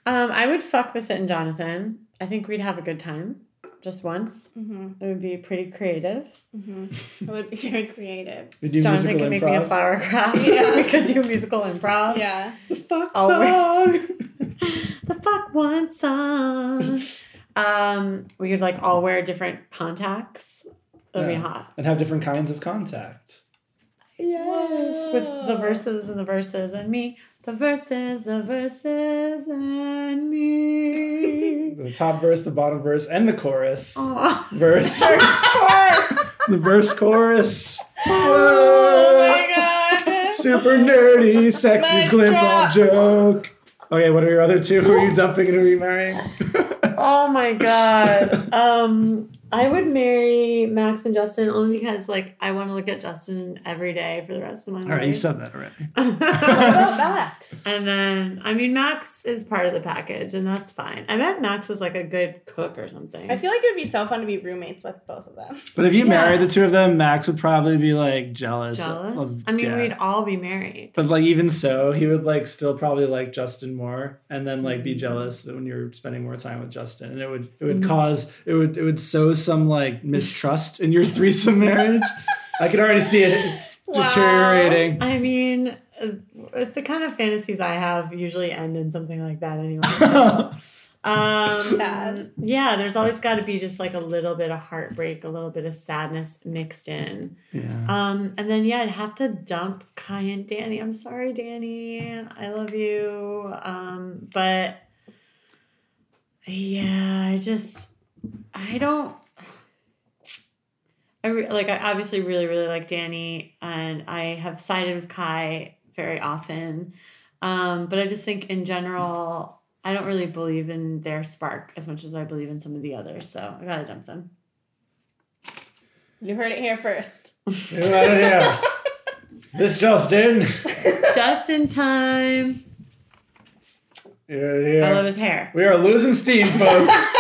[SPEAKER 3] Um, I would fuck with Sit and Jonathan. I think we'd have a good time just once.
[SPEAKER 5] Mm-hmm.
[SPEAKER 3] It would be pretty creative.
[SPEAKER 5] Mm-hmm. it would be very creative.
[SPEAKER 4] We do
[SPEAKER 3] Jonathan could
[SPEAKER 4] musical
[SPEAKER 3] make
[SPEAKER 4] improv.
[SPEAKER 3] me a flower craft.
[SPEAKER 5] Yeah.
[SPEAKER 3] we could do musical improv.
[SPEAKER 5] Yeah.
[SPEAKER 4] The fuck
[SPEAKER 3] I'll
[SPEAKER 4] song.
[SPEAKER 3] The fuck one song. um, we could like all wear different contacts. It would
[SPEAKER 4] Yeah.
[SPEAKER 3] be hot.
[SPEAKER 4] and have different kinds of contact.
[SPEAKER 3] Yes, with the verses and the verses and me. The verses, the verses and me.
[SPEAKER 4] The top verse, the bottom verse, and the chorus.
[SPEAKER 5] Oh.
[SPEAKER 3] Aw.
[SPEAKER 4] Verse. the verse chorus. Whoa.
[SPEAKER 5] Oh my god.
[SPEAKER 4] Super nerdy, sex
[SPEAKER 5] Mic
[SPEAKER 4] musical improv
[SPEAKER 5] drop.
[SPEAKER 4] joke. Okay, what are your other two? Who are you dumping and who are you marrying?
[SPEAKER 3] Oh my god. Um I would marry Max and Justin only because like I want to look at Justin every day for the rest of my life.
[SPEAKER 4] All right, you've said that already.
[SPEAKER 5] What about Max?
[SPEAKER 3] and then I mean Max is part of the package and that's fine. I bet Max is like a good cook or something.
[SPEAKER 5] I feel like it would be so fun to be roommates with both of them.
[SPEAKER 4] But if you
[SPEAKER 3] Yeah.
[SPEAKER 4] married the two of them, Max would probably be like jealous.
[SPEAKER 3] jealous.
[SPEAKER 4] of-
[SPEAKER 3] I mean
[SPEAKER 4] yeah.
[SPEAKER 3] we'd all be married.
[SPEAKER 4] But like even so, he would like still probably like Justin more, and then like
[SPEAKER 3] Mm-hmm.
[SPEAKER 4] be jealous when you're spending more time with Justin, and it would it would cause it would it would sow some like mistrust in your threesome marriage. I could already see it
[SPEAKER 5] Wow.
[SPEAKER 4] deteriorating.
[SPEAKER 3] I mean, uh, the kind of fantasies I have usually end in something like that anyway.
[SPEAKER 4] yeah,
[SPEAKER 3] Um,
[SPEAKER 5] Sad.
[SPEAKER 3] Yeah, there's always got to be just like a little bit of heartbreak, a little bit of sadness mixed in. Um, and then yeah, I'd have to dump Kai and Danny. I'm sorry, Danny. I love you. Um, but yeah, I just I don't. I re- like I obviously really really like Danny, and I have sided with Kai very often. Um, but I just think in general, I don't really believe in their spark as much as I believe in some of the others. So I gotta dump them.
[SPEAKER 5] You heard it here first.
[SPEAKER 4] Get out of here. This Justin.
[SPEAKER 3] Just in time.
[SPEAKER 4] Get out of
[SPEAKER 3] I love
[SPEAKER 4] here.
[SPEAKER 3] his hair.
[SPEAKER 4] We are losing steam, folks.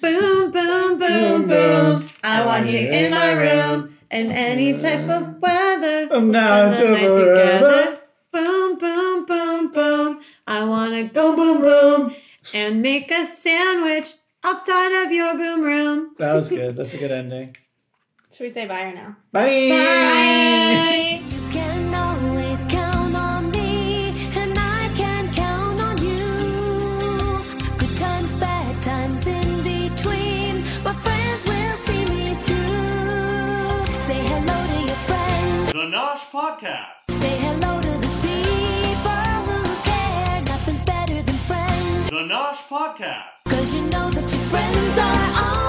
[SPEAKER 3] Boom, boom, boom,
[SPEAKER 4] Boom,
[SPEAKER 3] boom.
[SPEAKER 4] boom.
[SPEAKER 3] I want you in my room in any type of weather.
[SPEAKER 4] From now
[SPEAKER 3] We'll spend the
[SPEAKER 4] till
[SPEAKER 3] night together.
[SPEAKER 4] forever.
[SPEAKER 3] Boom, boom, boom, boom. I wanna go boom, boom, and make a sandwich outside of your boom room.
[SPEAKER 4] that was good. That's a good ending.
[SPEAKER 5] Should we say bye or no?
[SPEAKER 2] You can always count on me, and I can count on you. Good times, bad times in between, my friends will see me through. Say hello to your friends.
[SPEAKER 1] The Nosh Podcast.
[SPEAKER 2] Say hello to the people who care. Nothing's better than friends.
[SPEAKER 1] The Nosh Podcast.
[SPEAKER 2] Cause you know that your friends are